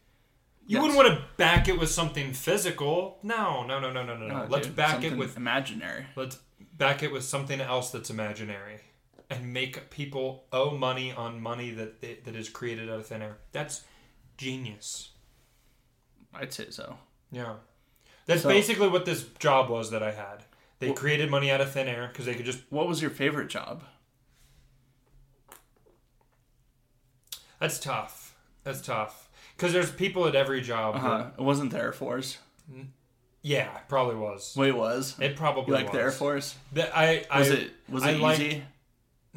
S3: You
S2: Yes.
S3: wouldn't want to back it with something physical. No, no, no, no, no, no. no
S2: Oh,
S3: let's
S2: dude,
S3: back it
S2: something
S3: with
S2: imaginary.
S3: let's back it with something else that's imaginary, and make people owe money on money that they, that is created out of thin air. That's genius.
S2: I'd say so.
S3: Yeah, that's
S2: So-
S3: basically what this job was that I had. They created money out of thin air because they could just.
S2: What was your favorite job?
S3: That's tough. That's tough. Because there's people at every job. who-
S2: Uh, it wasn't the Air Force.
S3: yeah, probably was.
S2: Wait, was
S3: It probably
S2: you like
S3: was.
S2: the Air Force?
S3: The- I, I,
S2: Was it was
S3: I
S2: it
S3: liked-
S2: easy?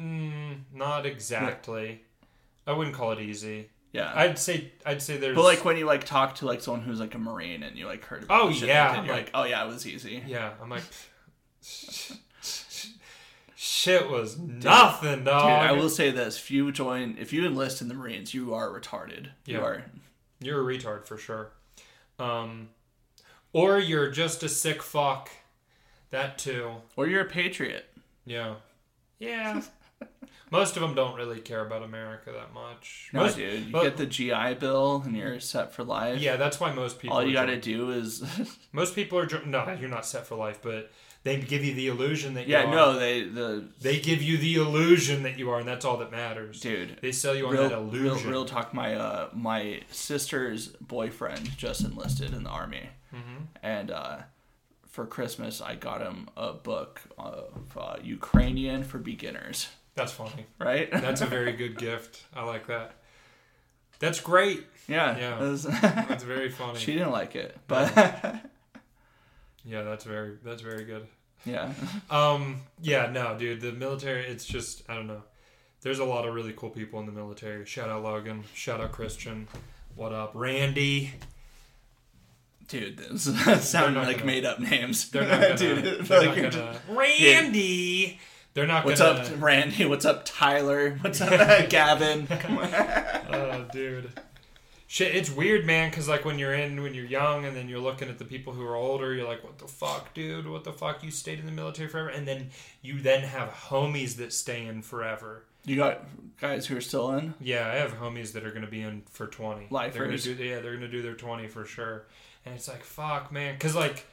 S3: Mm, not exactly. I wouldn't call it easy.
S2: Yeah.
S3: I'd say I'd say there's
S2: but like when you like talk to like someone who's like a marine and you like heard about
S3: Oh,
S2: shit like
S3: yeah,
S2: that,
S3: I'm
S2: you're like
S3: like-
S2: oh yeah it was easy
S3: yeah. I'm like shit was nothing, dog.
S2: Dude, I will say this: if you join, if you enlist in the Marines, you are retarded. You
S3: Yeah.
S2: are.
S3: You're a retard for sure. Um, or you're just a sick fuck. That too.
S2: Or you're a patriot.
S3: Yeah. Yeah. Most of them don't really care about America that much.
S2: No,
S3: most,
S2: dude, you
S3: but-
S2: get the GI Bill and you're set for life.
S3: yeah, that's why most people.
S2: All you
S3: are
S2: got to
S3: German.
S2: do is,
S3: Most people are Ger- no, you're not set for life, but they give you the illusion that
S2: yeah,
S3: you are.
S2: no, they the
S3: They give you the illusion that you are, and that's all that matters.
S2: dude.
S3: They sell you on
S2: Real,
S3: that
S2: real,
S3: illusion.
S2: real talk. My uh, my sister's boyfriend just enlisted in the army,
S3: Mm-hmm.
S2: and uh, for Christmas I got him a book of uh, Ukrainian for beginners.
S3: That's funny.
S2: Right?
S3: That's a very good gift. I like that. That's great.
S2: yeah.
S3: Yeah.
S2: it was-
S3: That's very funny.
S2: she didn't like it, but
S3: yeah, that's very that's very good.
S2: yeah,
S3: Um, yeah, no, dude, the military. It's just I don't know. There's a lot of really cool people in the military. Shout out Logan. Shout out Christian. What up, Randy?
S2: dude, this is sounding
S3: not
S2: like
S3: gonna-
S2: made up names.
S3: They're not gonna.
S2: dude, it's
S3: they're
S2: like you're
S3: not
S2: just-
S3: gonna Randy. They're not
S2: What's
S3: gonna.
S2: up, Randy? What's up, Tyler? What's up, Gavin? Come on.
S3: Oh, dude. Shit, it's weird, man. Cause like when you're in, when you're young, and then you're looking at the people who are older, you're like, "What the fuck, dude? What the fuck? You stayed in the military forever." And then you then have homies that stay in forever.
S2: You got guys who are still in?
S3: Yeah, I have homies that are gonna be in for twenty. They're gonna
S2: Lifers.
S3: do, yeah, they're gonna do their twenty for sure. And it's like, fuck, man. Cause like,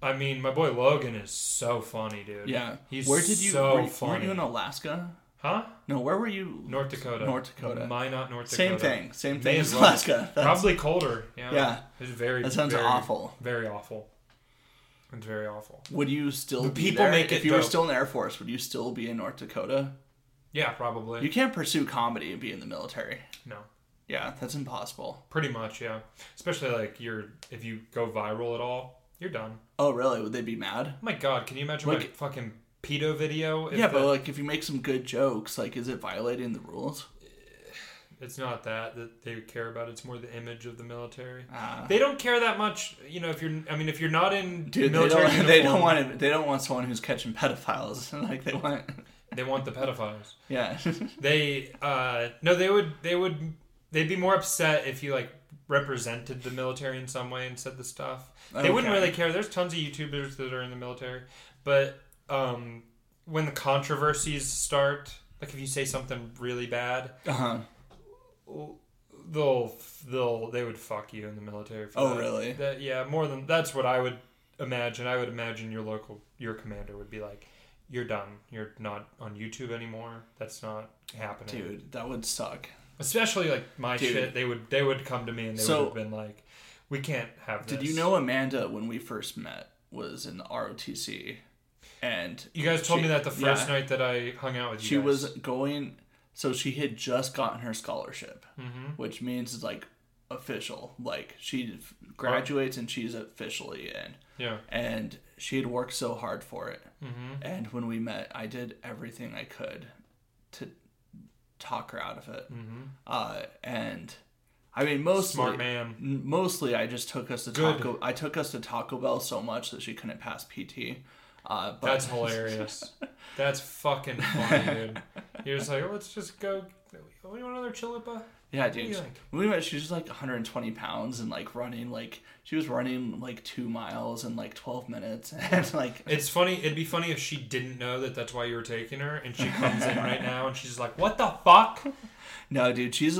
S3: I mean, my boy Logan is so funny, dude.
S2: Yeah.
S3: he's
S2: where did you?
S3: so
S2: were, you-
S3: funny.
S2: Weren't you in Alaska?
S3: huh?
S2: No, where were you?
S3: North Dakota.
S2: North Dakota.
S3: Minot, North Dakota.
S2: Same thing. Same thing
S3: May
S2: as
S3: as well.
S2: Alaska. That's-
S3: Probably colder. Yeah.
S2: Yeah.
S3: It's very.
S2: That sounds
S3: very-
S2: awful.
S3: Very awful. It's very awful.
S2: would you still be
S3: people
S2: there?
S3: make it
S2: if you were
S3: dope.
S2: still in the Air Force? Would you still be in North Dakota?
S3: Yeah, probably.
S2: You can't pursue comedy and be in the military.
S3: no.
S2: Yeah, that's impossible.
S3: Pretty much, yeah. Especially like you're if you go viral at all, you're done.
S2: Oh, really? Would they be mad?
S3: Oh my God, can you imagine
S2: Like-
S3: my fucking pedo video? If
S2: yeah,
S3: that-
S2: but like if you make some good jokes, like is it violating the rules?
S3: it's not that that they care about. It's more the image of the military.
S2: Ah.
S3: they don't care that much, you know. If you're, I mean, if you're not in
S2: Dude, they
S3: military,
S2: don't, they
S3: uniform,
S2: don't want to, they don't want someone who's catching pedophiles. like they want,
S3: They want the pedophiles.
S2: yeah,
S3: They uh no, they would they would they'd be more upset if you like represented the military in some way and said the stuff. They wouldn't
S2: Okay.
S3: really care. There's tons of YouTubers that are in the military, but um when the controversies start, like if you say something really bad,
S2: uh huh.
S3: they'll they'll they would fuck you in the military. For
S2: Oh,
S3: that.
S2: really?
S3: That, yeah, more than that's what I would imagine. I would imagine your local your commander would be like, "You're done. You're not on YouTube anymore. That's not happening."
S2: Dude, that would suck.
S3: especially like my
S2: Dude.
S3: shit they would they would come to me and they
S2: So-
S3: would have been like we can't have this
S2: Did you know Amanda when we first met was in the ROTC, and
S3: you guys told
S2: she-
S3: me that the first
S2: yeah.
S3: night that i hung out with you
S2: she
S3: guys.
S2: was going. So she had just gotten her scholarship,
S3: Mm-hmm.
S2: which means it's like official. Like she f- graduates and she's officially in.
S3: yeah
S2: and she had worked so hard for it.
S3: Mm-hmm.
S2: And when we met, I did everything I could to talk her out of it. Uh, and I mean, mostly,
S3: Mm. mm-hmm. smart man
S2: n- mostly I just took us to
S3: Good.
S2: Taco. I took us to Taco Bell so much that she couldn't pass PT. Uh, but
S3: that's hilarious that's fucking funny dude you're just like let's just go oh, you want another chalupa
S2: yeah, dude.
S3: Yeah.
S2: When we met, she was like 120 pounds and like running like she was running like two miles in like 12 minutes and like
S3: it's funny it'd be funny if she didn't know that that's why you were taking her and she comes in right now and she's like what the fuck
S2: No, dude, she's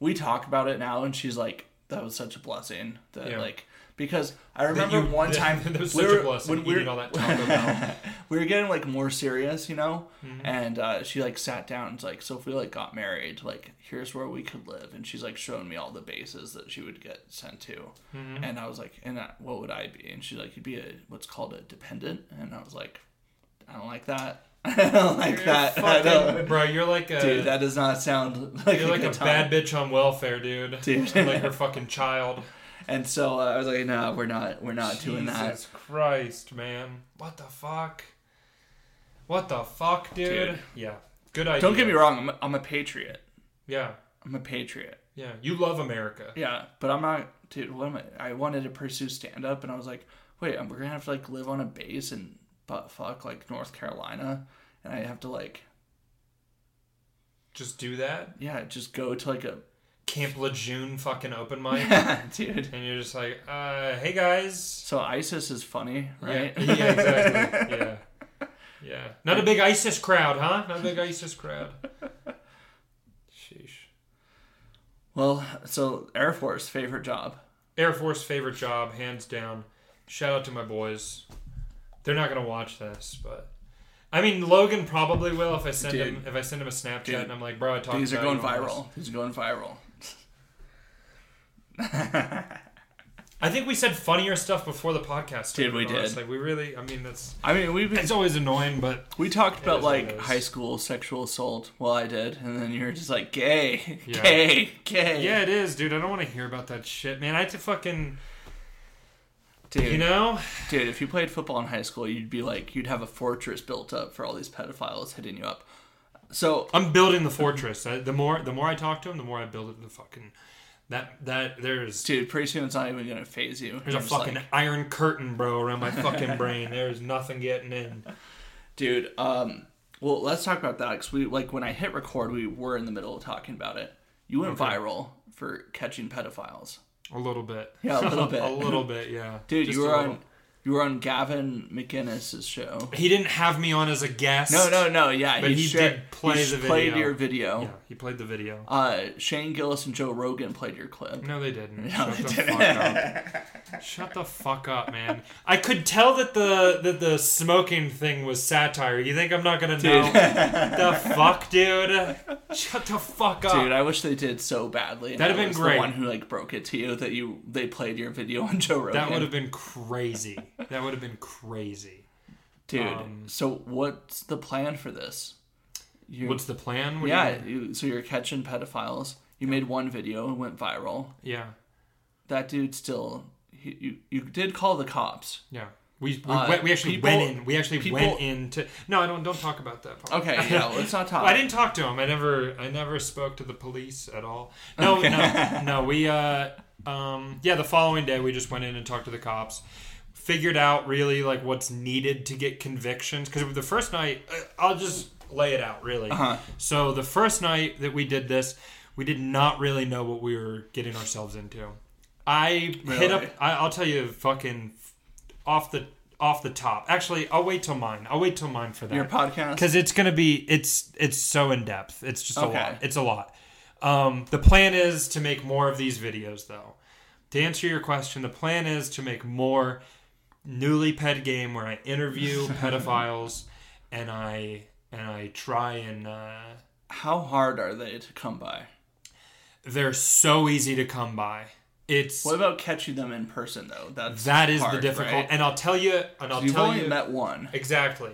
S2: we talk about it now, and she's like, "That was such a blessing." That
S3: Yeah.
S2: like because I remember
S3: you-
S2: one
S3: that-
S2: time
S3: that was
S2: we
S3: such a
S2: were-
S3: blessing,
S2: when we
S3: eating
S2: were-
S3: all that Taco Bell.
S2: we were getting like more serious, you know,
S3: Mm-hmm.
S2: and uh, she like sat down and's like, "So if we like got married, like here's where we could live," and she's like showing me all the bases that she would get sent to,
S3: Mm-hmm.
S2: and I was like, "And uh, what would I be?" And she's like, "You'd be a what's called a dependent," and I was like, "I don't like that." I don't like that. I don't-
S3: Fucking- bro you're like a
S2: Dude, that does not sound like
S3: You're like a
S2: good time.
S3: bad bitch on welfare, dude.
S2: Dude.
S3: like her fucking child.
S2: And so uh, I was like, no, we're not, we're not doing that.
S3: Jesus Christ, man. What the fuck? What the fuck, dude?
S2: Dude.
S3: Yeah. Good idea.
S2: Don't get me wrong, I'm a, I'm a patriot.
S3: Yeah.
S2: I'm a patriot.
S3: Yeah. You love America.
S2: Yeah, but I'm not, dude. What am I? I wanted to pursue stand up, and I was like, wait, I'm, we're gonna have to like live on a base in butt fuck like North Carolina, and I have to like,
S3: Just do that.
S2: yeah, just go to like a,
S3: Camp Lejeune fucking open mic.
S2: dude.
S3: and you're just like, uh, hey guys.
S2: So ISIS is funny, right?
S3: Yeah, yeah exactly. yeah. Yeah. Not a big ISIS crowd, huh? Not a big ISIS crowd. Sheesh.
S2: Well, so Air Force favorite job.
S3: Air Force favorite job, hands down. Shout out to my boys. They're not gonna watch this, but I mean Logan probably will if I send
S2: Dude.
S3: him if I send him a Snapchat
S2: Dude.
S3: and I'm like, bro, I talked.
S2: These are
S3: about
S2: going
S3: you on this."
S2: viral. These are going viral.
S3: I think we said funnier stuff before the podcast. started,
S2: Dude, we
S3: though. It's
S2: did.
S3: Like we really, I mean, that's
S2: I mean, we've been,
S3: it's always annoying, but
S2: we talked about
S3: is what it
S2: like
S3: is.
S2: high school sexual assault. Well, I did, and then you're just like gay,
S3: Yeah.
S2: gay, gay.
S3: yeah, it is, dude. I don't want to hear about that shit, man. I had to fucking,
S2: dude,
S3: you know,
S2: dude. If you played football in high school, you'd be like, you'd have a fortress built up for all these pedophiles hitting you up. So
S3: I'm building the fortress. I, the more the more I talk to him, the more I build it. The fucking that that there's
S2: dude, pretty soon it's not even gonna phase you.
S3: there's a
S2: You're just like-
S3: fucking iron curtain, bro, around my fucking brain. There's nothing getting in.
S2: dude. Um, well, let's talk about that because we like when I hit record, we were in the middle of talking about it. You went viral for catching pedophiles,
S3: A little bit.
S2: Yeah, a little bit.
S3: a little bit. Yeah,
S2: dude.
S3: Just
S2: you
S3: a
S2: were
S3: little.
S2: on, you were on Gavin McInnes's show.
S3: He didn't have me on as a guest.
S2: No, no, no. Yeah,
S3: But he
S2: shared-
S3: did play
S2: he
S3: the
S2: played
S3: video.
S2: your video.
S3: Yeah, he played the video.
S2: Uh, Shane Gillis and Joe Rogan played your clip.
S3: No, they didn't. Shut the fuck up. Shut the fuck up, man. I could tell that the that the smoking thing was satire. You think I'm not gonna know? the fuck, dude. Shut the fuck up.
S2: Dude, I wish they did so badly. and
S3: That'd
S2: I
S3: have been
S2: was
S3: great.
S2: The one who like broke it to you that you they played your video on Joe Rogan.
S3: that would have been crazy. That would have been crazy.
S2: dude.
S3: um,
S2: so what's the plan for this? You,
S3: What's the plan? What do you
S2: yeah?
S3: mean?
S2: You, so you're catching pedophiles. You made one video and went viral.
S3: Yeah.
S2: That dude still. He, you you did call the cops.
S3: Yeah. We, we,
S2: Uh,
S3: went- we actually
S2: people-
S3: went in. We actually
S2: people-
S3: went in to. No, I don't. Don't talk about that. Part.
S2: Okay, yeah. let's not talk.
S3: I didn't talk to him. I never. I never spoke to the police at all. No, no, no. We. Uh, um, yeah. The following day, we just went in and talked to the cops. Figured out really like what's needed to get convictions because the first night, uh, I'll just lay it out really.
S2: Uh-huh.
S3: So the first night that we did this, we did not really know what we were getting ourselves into. I hit up.
S2: Really?
S3: I, I'll tell you, fucking off the off the top. Actually, I'll wait till mine. I'll wait till mine for that
S2: Your podcast.
S3: because it's gonna be it's it's so in depth. It's just
S2: Okay.
S3: a lot. It's a lot. Um, the plan is to make more of these videos, though. To answer your question, the plan is to make more newly ped game where I interview pedophiles and I and I try and uh,
S2: How hard are they to come by?
S3: they're so easy to come by. It's
S2: What about catching them in person though? That's
S3: that is the
S2: hard,
S3: difficult,
S2: right?
S3: and I'll tell you, and I'll
S2: You've
S3: tell
S2: only
S3: you
S2: met one.
S3: Exactly.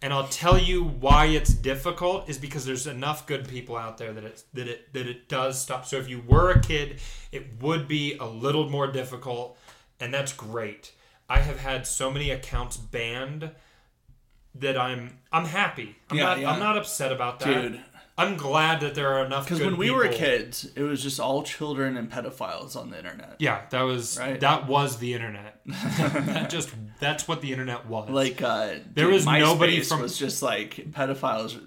S3: And I'll tell you why it's difficult is because there's enough good people out there that it's that it that it does stop. So if you were a kid, it would be a little more difficult, and that's great. I have had so many accounts banned that I'm I'm happy. I'm
S2: Yeah,
S3: not
S2: yeah.
S3: I'm not upset about that.
S2: Dude.
S3: I'm glad that there are enough
S2: Because
S3: good
S2: when we were
S3: people.
S2: kids, it was just all children and pedophiles on the internet.
S3: Yeah, that was
S2: Right.
S3: that was the internet. that just that's what the internet was.
S2: Like uh,
S3: There
S2: dude,
S3: was nobody
S2: MySpace
S3: from-
S2: was just like pedophiles.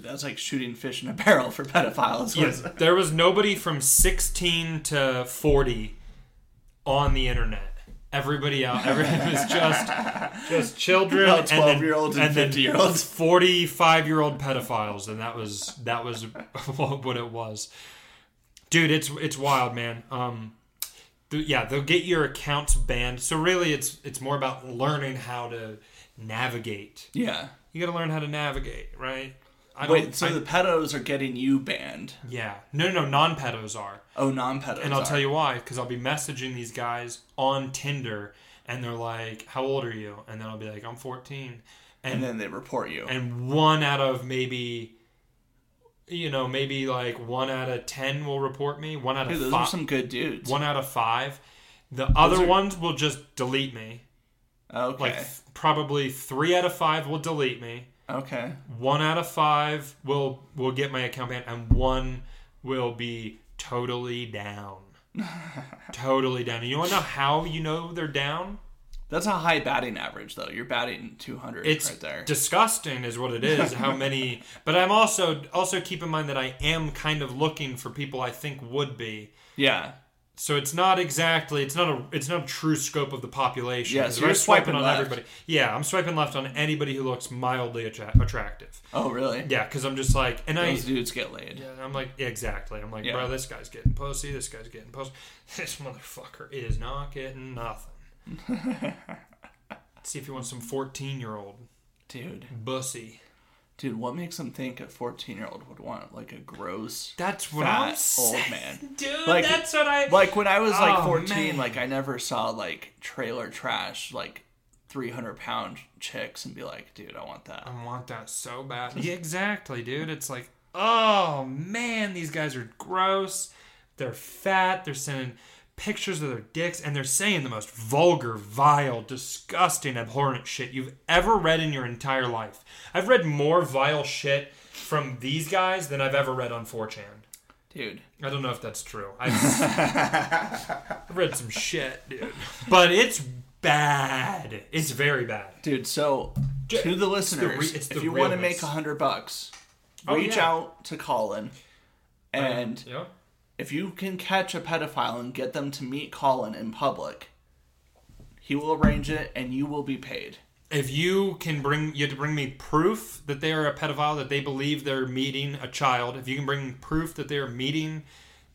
S2: That's like shooting fish in a barrel for pedophiles.
S3: Yes,
S2: Was,
S3: there was nobody from 16 to 40 on the internet. Everybody out, every, it was just just children,
S2: About
S3: and then-
S2: 12-year-olds and
S3: then
S2: 50-year-olds.
S3: 45-year-old pedophiles, and that was that was what it was. Dude, it's it's wild, man. Um, th- yeah, they'll get your accounts banned. So really, it's it's more about learning how to navigate.
S2: yeah.
S3: You got to learn how to navigate, right? I don't,
S2: Wait, so
S3: I-
S2: the pedos are getting you banned?
S3: yeah, no, no, no non-pedos are.
S2: Oh, non-pedos.
S3: And I'll tell
S2: are.
S3: you why, because I'll be messaging these guys on Tinder, and they're like, "How old are you?" And then I'll be like, "I'm 14,"
S2: And
S3: and
S2: then they report you.
S3: and one out of maybe, you know, maybe like one out of ten will report me. One out
S2: Dude,
S3: of
S2: those
S3: five.
S2: are some good dudes.
S3: one out of five. The other
S2: are-
S3: ones will just delete me.
S2: okay.
S3: Like th- probably three out of five will delete me.
S2: okay.
S3: One out of five will will get my account banned, and one will be totally down. totally down. And you want to know how you know they're down?
S2: That's a high batting average, though. You're batting 200
S3: It's
S2: right there.
S3: disgusting, is what it is. How many? But I'm also also keep in mind that I am kind of looking for people I think would be.
S2: yeah.
S3: So it's not exactly it's not a it's not a true scope of the population.
S2: Yeah,
S3: 'Cause
S2: so
S3: if
S2: you're
S3: I'm swiping
S2: swiping
S3: on
S2: left.
S3: everybody. Yeah, I'm swiping left on anybody who looks mildly attra- attractive.
S2: Oh, really?
S3: Yeah, because I'm just like, and I
S2: Those dudes get laid.
S3: Yeah, I'm like, yeah, exactly. I'm like,
S2: Yeah.
S3: bro, this guy's getting pussy. This guy's getting pussy. This motherfucker is not getting nothing. Let's see if you want some 14 year old
S2: Dude.
S3: bussy.
S2: Dude, what makes them think a 14 year old would want like a gross,
S3: That's what I'm
S2: fat
S3: saying.
S2: old man?
S3: Dude,
S2: Like-
S3: that's what I.
S2: Like when I was like
S3: Oh,
S2: 14,
S3: man.
S2: like I never saw like trailer trash, like 300 pound chicks and be like, dude, I want that.
S3: I want that so bad. Yeah, exactly, dude. It's like, oh man, these guys are gross. They're fat. They're sending pictures of their dicks, and they're saying the most vulgar, vile, disgusting, abhorrent shit you've ever read in your entire life. I've read more vile shit from these guys than I've ever read on 4chan.
S2: Dude,
S3: I don't know if that's true. I've, I've read some shit, dude. But it's bad. It's very bad.
S2: dude, so
S3: J-
S2: to the listeners,
S3: re- it's the
S2: if you want to
S3: realness.
S2: make 100 bucks,
S3: Oh,
S2: reach
S3: yeah.
S2: out to Colin and
S3: Yeah.
S2: if you can catch a pedophile and get them to meet Colin in public, he will arrange it and you will be paid.
S3: if you can bring you have to bring me proof that they are a pedophile that they believe they're meeting a child if you can bring proof that they are meeting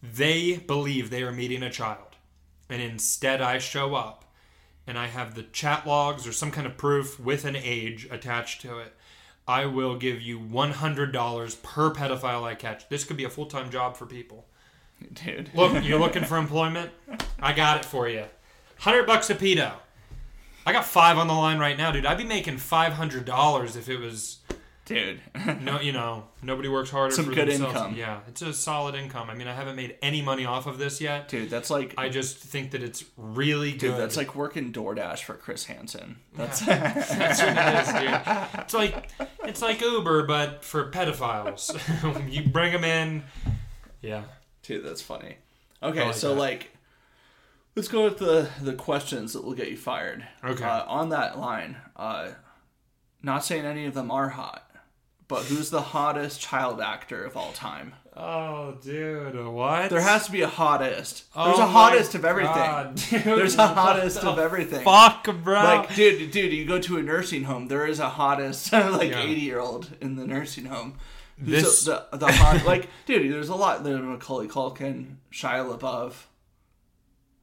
S3: they believe they are meeting a child and instead i show up and i have the chat logs or some kind of proof with an age attached to it i will give you $100 per pedophile i catch this could be a full-time job for people
S2: Dude.
S3: Look, you're looking for employment? I got it for you. 100 bucks a pedo. I got five on the line right now, dude. I'd be making $500 if it was,
S2: Dude.
S3: no, you know, nobody works harder
S2: Some
S3: for
S2: good
S3: themselves.
S2: income.
S3: Yeah, it's a solid income. I mean, I haven't made any money off of this yet.
S2: Dude, that's like
S3: I just think that it's really good.
S2: dude, that's like working DoorDash for Chris Hansen. That's
S3: That's what it is, dude. It's like it's like Uber, but for pedophiles. you bring them in. Yeah.
S2: dude, that's funny. Okay,
S3: like
S2: so
S3: that.
S2: like let's go with the the questions that will get you fired.
S3: Okay.
S2: Uh, on that line, uh not saying any of them are hot, but who's the hottest child actor of all time?
S3: Oh, dude, what?
S2: There has to be a hottest. There's
S3: Oh
S2: a hottest
S3: my
S2: of everything.
S3: God, dude.
S2: There's a hottest
S3: What
S2: of
S3: the
S2: everything.
S3: Fuck, bro.
S2: Like, dude, dude, you go to a nursing home. There is a hottest, like,
S3: Yeah.
S2: eighty-year-old in the nursing home. Who's
S3: This-
S2: the, the, the hot, like, dude, there's a lot. There's Macaulay Culkin, Shia LaBeouf,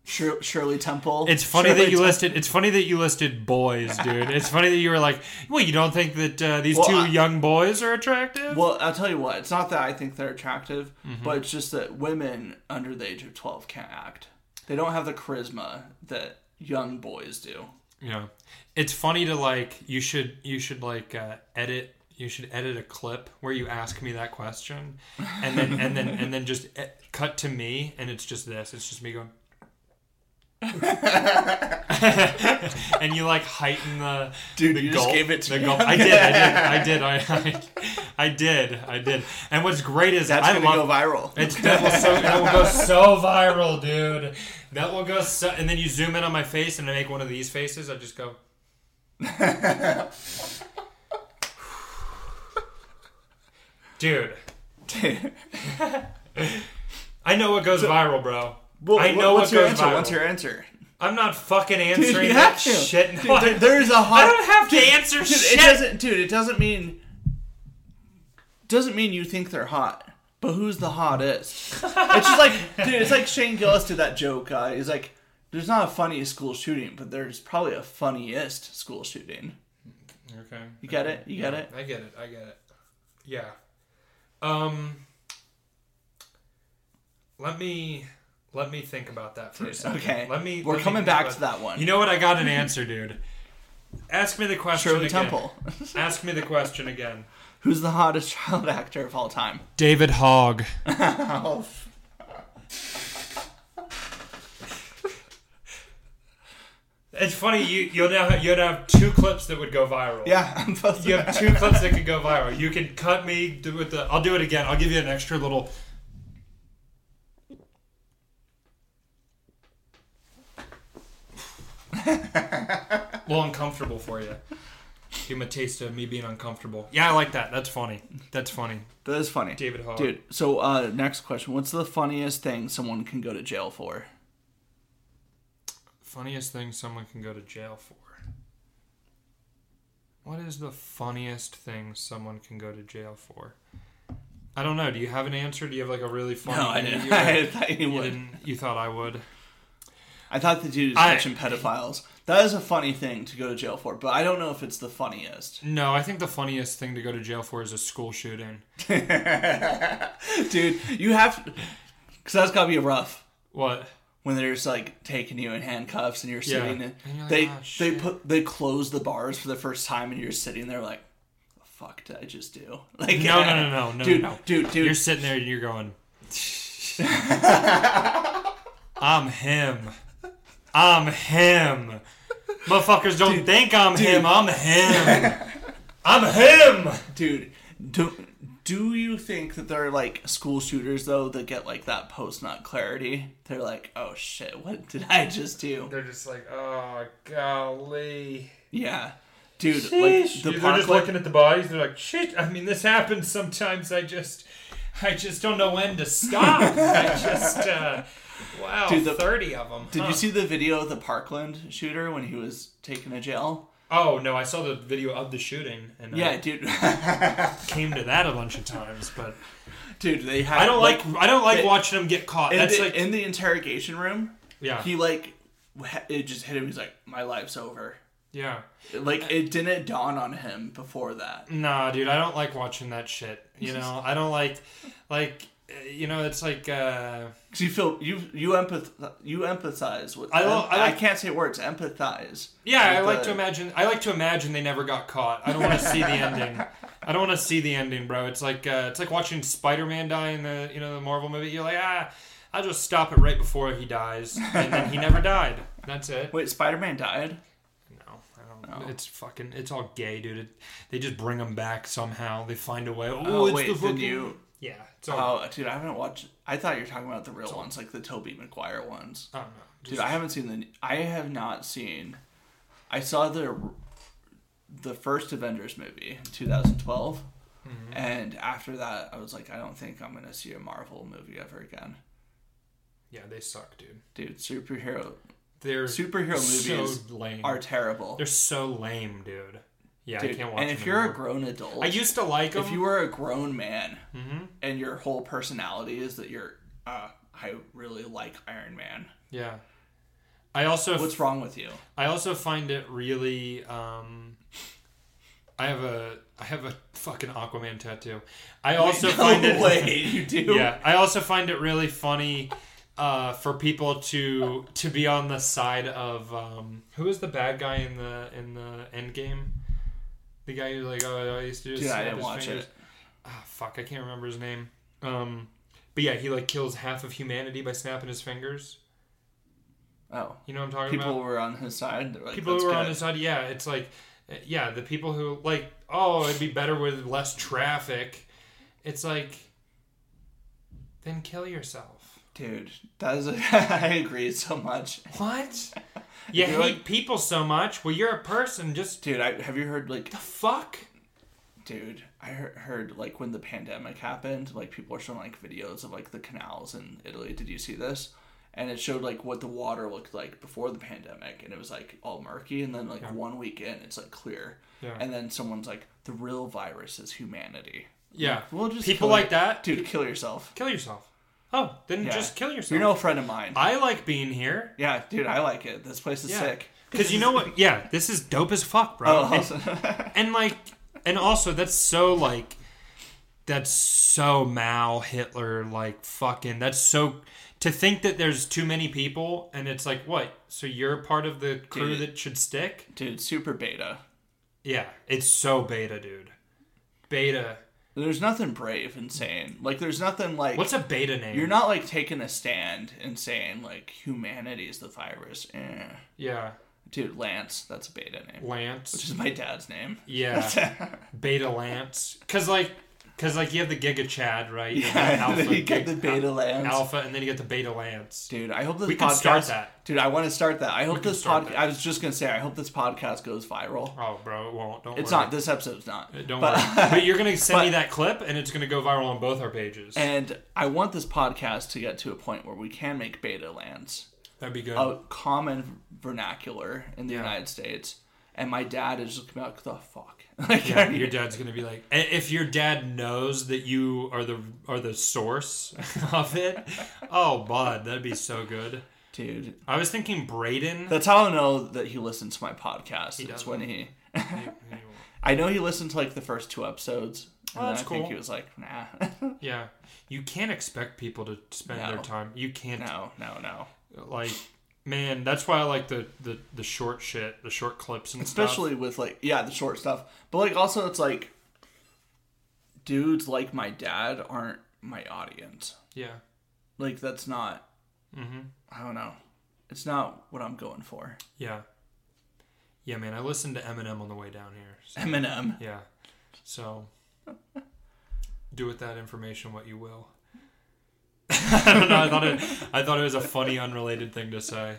S2: Shir- Shirley Temple.
S3: It's funny
S2: Shirley
S3: that you
S2: Tem-
S3: listed. It's funny that you listed boys, dude. It's funny that you were like, "Well, you don't think that uh, these
S2: Well,
S3: two
S2: I-
S3: young boys are attractive?"
S2: Well, I'll tell you what. It's not that I think they're attractive,
S3: Mm-hmm.
S2: but it's just that women under the age of twelve can't act. They don't have the charisma that young boys do.
S3: yeah, it's funny to like. You should you should like uh, edit. You should edit a clip where you ask me that question, and then and then and then just e- cut to me, and it's just this. It's just me going. and you like heighten the
S2: Dude,
S3: the
S2: you just
S3: gulp-
S2: gave it to
S3: the
S2: me.
S3: gulp. I did, I did, I did, I, I, I did, I did. And what's great is
S2: That's
S3: I
S2: gonna
S3: love
S2: go viral.
S3: It's that will so that will go so viral, dude. That will go so. And then you zoom in on my face, and I make one of these faces. I just go. dude, I know what goes viral, bro.
S2: Well,
S3: I know
S2: what's
S3: what
S2: your
S3: goes
S2: answer?
S3: viral.
S2: What's your answer?
S3: I'm not fucking
S2: Dude,
S3: answering
S2: you
S3: that
S2: have to.
S3: shit.
S2: Dude,
S3: No, I-
S2: there- there is a hot.
S3: I don't have to answer
S2: dude,
S3: shit.
S2: It doesn't, dude. It doesn't mean. Doesn't mean you think they're hot, but who's the hottest? it's just like, dude. It's like Shane Gillis did that joke. Uh, he's like, "There's not a funniest school shooting, but there's probably a funniest school shooting."
S3: Okay.
S2: You get it? You get it?
S3: I get it. I get it. Yeah. Um. Let me let me think about that for a second.
S2: Okay.
S3: Let me.
S2: We're
S3: let me
S2: coming
S3: think
S2: back
S3: about-
S2: to that one.
S3: You know what? I got an answer, dude. Ask me the question.
S2: Shirley
S3: again.
S2: Temple.
S3: Ask me the question again.
S2: who's the hottest child actor of all time?
S3: David Hogg.
S2: Oh,
S3: It's funny. You you'll now have, you'll have two clips that would go viral.
S2: yeah. I'm supposed to.
S3: You have two clips that could go viral. You can cut me do with the. I'll do it again. I'll give you an extra little. a little uncomfortable for you. Give him a taste of me being uncomfortable. Yeah, I like that. That's funny. That's funny.
S2: That is funny.
S3: David Hogg.
S2: Dude, so uh, next question. What's the funniest thing someone can go to jail for?
S3: funniest thing someone can go to jail for? What is the funniest thing someone can go to jail for? I don't know. Do you have an answer? Do you have like a really funny?
S2: No, I
S3: thing
S2: didn't.
S3: that you
S2: I
S3: would-
S2: thought you
S3: you,
S2: would.
S3: didn't, you thought I would.
S2: I thought the dude was
S3: I-
S2: catching pedophiles. That is a funny thing to go to jail for, but I don't know if it's the funniest.
S3: No, I think the funniest thing to go to jail for is a school shooting.
S2: Dude, you have to. Because that's got to be rough
S3: What?
S2: when they're just like taking you in handcuffs and you're
S3: Yeah.
S2: sitting in.
S3: And you're like,
S2: They,
S3: "Ah,
S2: they
S3: shit."
S2: put they close the bars for the first time and you're sitting there like, the fuck did I just do? Like,
S3: No, no, no, no, no,
S2: Dude,
S3: no.
S2: dude, dude.
S3: You're sitting there and you're going, I'm him. I'm him. Motherfuckers don't think I'm him. I'm him. I'm him.
S2: dude do, do you think that there are like school shooters though that get like that post nut clarity they're like oh shit what did i just do
S3: They're just like, oh, golly.
S2: yeah dude like
S3: Sheesh.
S2: the
S3: they're just
S2: apocalypse-
S3: looking at the bodies. They're like, shit. I mean, this happens sometimes. I just, I just don't know when to stop. I just, uh, wow,
S2: Dude, the-
S3: 30 of them.
S2: did you see the video of the parkland shooter when he was taken to jail
S3: Oh, no, I saw the video of the shooting. And
S2: yeah
S3: I
S2: dude
S3: came to that a bunch of times, but
S2: dude they had
S3: I don't like, I don't like
S2: it-
S3: watching them get caught.
S2: in,
S3: That's
S2: the,
S3: like,
S2: in the interrogation room
S3: yeah,
S2: he like wha- it just hit him he's like my life's over
S3: yeah.
S2: like it didn't dawn on him before that
S3: Nah, dude, I don't like watching that shit. You know, I don't like, like, uh, you know, it's like. uh
S2: Because you feel you you empath you empathize with.
S3: I lo- I like-
S2: can't say words. Empathize.
S3: Yeah, I
S2: with
S3: like
S2: the-
S3: to imagine. I like to imagine they never got caught. I don't want to see the ending. I don't want to see the ending, bro. It's like uh, it's like watching Spider Man die in the you know the Marvel movie. You're like, ah, I'll just stop it right before he dies, and then he never died. That's it.
S2: Wait, Oh. Spider Man died.
S3: No, I don't. It's fucking. It's all gay, dude. It, they just bring him back somehow. They find a way. Oh,
S2: Oh,
S3: it's
S2: wait,
S3: the
S2: the
S3: fucking.
S2: new-
S3: Yeah, it's all.
S2: Oh, dude, I haven't watched. I thought you were talking about the real ones, like the Toby Maguire ones.
S3: I don't know.
S2: Dude, I haven't seen the. I have not seen. I saw the the first Avengers movie in 2012,
S3: Mm-hmm.
S2: and after that, I was like, I don't think I'm gonna see a Marvel movie ever again,
S3: Yeah, they suck, dude.
S2: dude. Superhero
S3: They're
S2: superhero movies
S3: so lame.
S2: are terrible.
S3: They're so lame, dude. Yeah, I
S2: Dude,
S3: can't watch.
S2: and
S3: them
S2: if you're a
S3: anymore.
S2: grown adult,
S3: I used to like them.
S2: if you were a grown man
S3: Mm-hmm.
S2: and your whole personality is that you're uh, i really like iron man
S3: Yeah. I also
S2: what's wrong with you
S3: I also find it really um I have a I have a fucking Aquaman tattoo. I also find it
S2: way you do
S3: Yeah, I also find it really funny uh for people to to be on the side of um who is the bad guy in the in the end game? The guy who's like, oh, I used to just
S2: Dude,
S3: snap
S2: i didn't
S3: his
S2: watch
S3: fingers."
S2: it
S3: Ah, fuck, I can't remember his name. Um, but yeah, he like kills half of humanity by snapping his fingers.
S2: oh
S3: You know what I'm talking about?
S2: people were on his side they're like
S3: people
S2: "That's
S3: who are on
S2: good."
S3: his side yeah it's like uh, yeah the people who like oh it'd be better with less traffic it's like then kill yourself
S2: dude that is I agree so much
S3: what you hate
S2: You're like-
S3: people so much well you're a person just
S2: dude I, have you heard like
S3: the fuck
S2: dude i heard, heard like when the pandemic happened like people were showing like videos of like the canals in italy did you see this and it showed like what the water looked like before the pandemic and it was like all murky and then like one week in it's like clear
S3: Yeah.
S2: and then someone's like the real virus is humanity
S3: yeah
S2: We'll just
S3: people
S2: kill
S3: like
S2: it.
S3: that
S2: dude kill yourself
S3: kill yourself oh then
S2: Yeah.
S3: just kill yourself
S2: you're no friend of mine
S3: i like being here
S2: yeah dude i like it this place is
S3: yeah.
S2: sick
S3: because you know what yeah this is dope as fuck bro
S2: oh
S3: And-
S2: also,
S3: and like and also that's so like that's so Mao Hitler like fucking that's so to think that there's too many people and it's like what so you're part of the crew
S2: Dude.
S3: that should stick
S2: dude super beta
S3: yeah it's so beta dude beta
S2: there's nothing brave in saying like there's nothing like
S3: what's a beta name
S2: You're not like taking a stand and saying like humanity is the virus. Eh.
S3: yeah
S2: Dude, Lance, that's a beta name. Which
S3: Lance
S2: is my dad's name.
S3: yeah beta Lance cuz like cuz like you have the Giga Chad right You
S2: and
S3: have
S2: then you
S3: Giga-
S2: get the beta Lance.
S3: alpha and then you get the beta Lance
S2: Dude, I hope this
S3: We
S2: podcast.
S3: can start that.
S2: Dude, I want to start that. I hope this
S3: start
S2: podcast.
S3: that.
S2: I was just gonna say, I hope this podcast goes viral.
S3: oh bro it won't don't
S2: It's
S3: worry.
S2: not. This episode's not.
S3: Don't
S2: But-
S3: worry. But you're gonna send me
S2: but-
S3: that clip, and it's gonna go viral on both our pages.
S2: And I want this podcast to get to a point where we can make beta lands.
S3: That'd be good.
S2: a common vernacular in the
S3: Yeah.
S2: United States. And my dad is just like, the fuck? Like,
S3: yeah, your dad's gonna be like, "I- if your dad knows that you are the are the source of it, oh bud, that'd be so good.
S2: dude.
S3: I was thinking Braden.
S2: That's how I know that he listens to my podcast. It's
S3: does.
S2: when he. I know he listened to like the first two episodes. And
S3: Oh,
S2: then
S3: that's
S2: I think
S3: cool.
S2: he was like, nah,
S3: Yeah, you can't expect people to spend their
S2: No.
S3: time. You can't
S2: no, no, no.
S3: like, man. That's why I like the the, the short shit, the short clips and
S2: Especially with like, yeah, the short stuff. But like, also, it's like, dudes like my dad aren't my audience.
S3: stuff. Yeah.
S2: Like, that's not.
S3: Mhm.
S2: I don't know. It's not what I'm going for.
S3: Yeah. Yeah, man, I listened to Eminem on the way down here. So,
S2: Eminem.
S3: yeah. So do with that information what you will. I don't know. I thought it I thought it was a funny unrelated thing to say.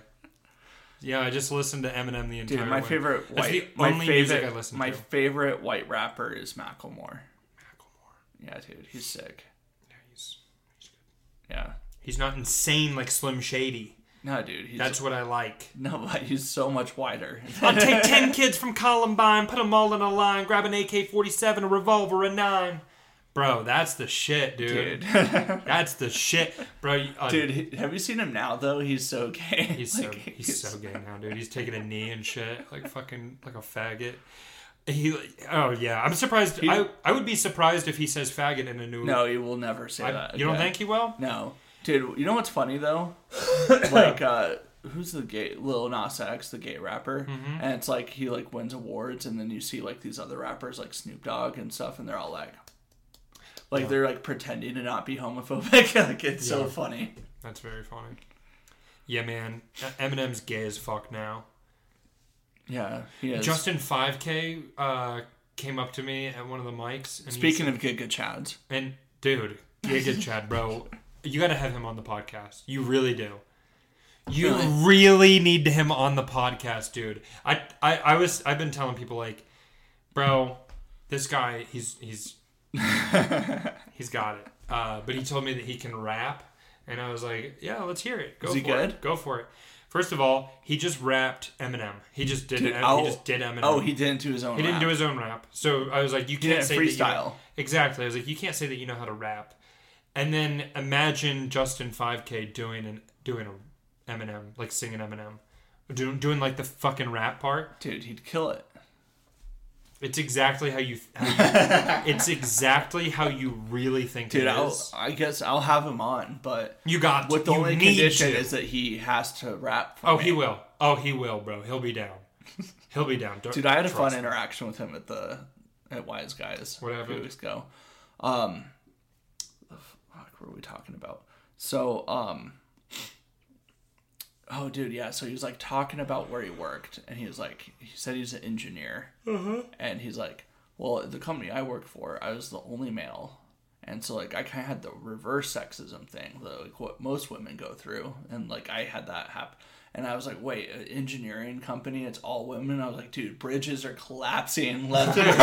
S3: Yeah, I just listened to Eminem the entire
S2: Dude, my
S3: way.
S2: favorite
S3: That's
S2: white,
S3: the
S2: my
S3: only
S2: favorite,
S3: music I listen
S2: my
S3: to.
S2: favorite white rapper is Macklemore.
S3: Macklemore.
S2: Yeah, dude, he's sick.
S3: Yeah, he's he's good.
S2: Yeah,
S3: He's not insane like Slim Shady.
S2: no, dude, he's
S3: That's what I like.
S2: no, but he's so much wider.
S3: I'll take 10 kids from Columbine, put them all in a line, grab an AK 47, a revolver, a nine. Bro, that's the shit,
S2: dude,
S3: That's the shit, bro. you- uh,
S2: dude, he- have you seen him now though? He's so gay.
S3: he's so he's so gay now, dude. He's taking a knee and shit, like fucking like a faggot. He, oh yeah, I'm surprised. I I would be surprised if he says faggot in a new.
S2: No, he will never say
S3: I-
S2: that.
S3: you don't
S2: again.
S3: think he will?
S2: No, dude. You know what's funny though? like, uh, who's the gay Lil Nas X, the gay rapper?
S3: Mm-hmm.
S2: And it's like he like wins awards, and then you see like these other rappers like Snoop Dogg and stuff, and they're all like, like they're like pretending to not be homophobic. like it's so
S3: Yeah.
S2: funny.
S3: That's very funny. Yeah, man. E, Eminem's gay as fuck now.
S2: Yeah, he is.
S3: Justin 5K uh, came up to me at one of the mics. And he
S2: Speaking of Giga Chads,
S3: And dude, Giga Chad, bro, you got to have him on the podcast. You really do. You
S2: Really?
S3: really? need him on the podcast, dude. I, I, I was I've been telling people like, bro, this guy he's he's he's got it. Uh, but he told me that he can rap, and I was like, yeah, let's hear it. Go
S2: Is
S3: for
S2: he good?
S3: it. Go for it. First of all, he just rapped Eminem. He just did.
S2: Dude,
S3: Em-
S2: I'll-
S3: he just did Eminem.
S2: oh, he didn't do his own.
S3: He didn't
S2: rap.
S3: do his own rap. So I was like, you can't
S2: didn't
S3: say that you-
S2: freestyle.
S3: exactly. I was like, you can't say that you know how to rap. And then imagine Justin 5K doing an doing a Eminem, like singing Eminem, doing doing like the fucking rap part.
S2: Dude, he'd kill it.
S3: It's exactly how you. How you it's exactly how you really think
S2: Dude,
S3: it
S2: I'll,
S3: is.
S2: I guess I'll have him on, but
S3: You got.
S2: with the
S3: you
S2: only
S3: need
S2: condition
S3: to.
S2: is that he has to rap. For
S3: Oh,
S2: me.
S3: he will. Oh, he will, bro. He'll be down. He'll be down. Don't-
S2: Dude, I had a fun
S3: trust
S2: interaction with him at the at Wise Guys
S3: What
S2: a few
S3: happened?
S2: weeks ago. Um, fuck, what were we talking about? So, um, oh, dude, yeah. So he was like talking about where he worked, and he was like, he said he's an engineer,
S3: Uh-huh.
S2: and he's like, well, the company I work for, I was the only male. And so, like, I kind of had the reverse sexism thing, the, like what most women go through, and like I had that happen. And I was like, wait, an engineering company, it's all women. I was like, dude, bridges are collapsing left and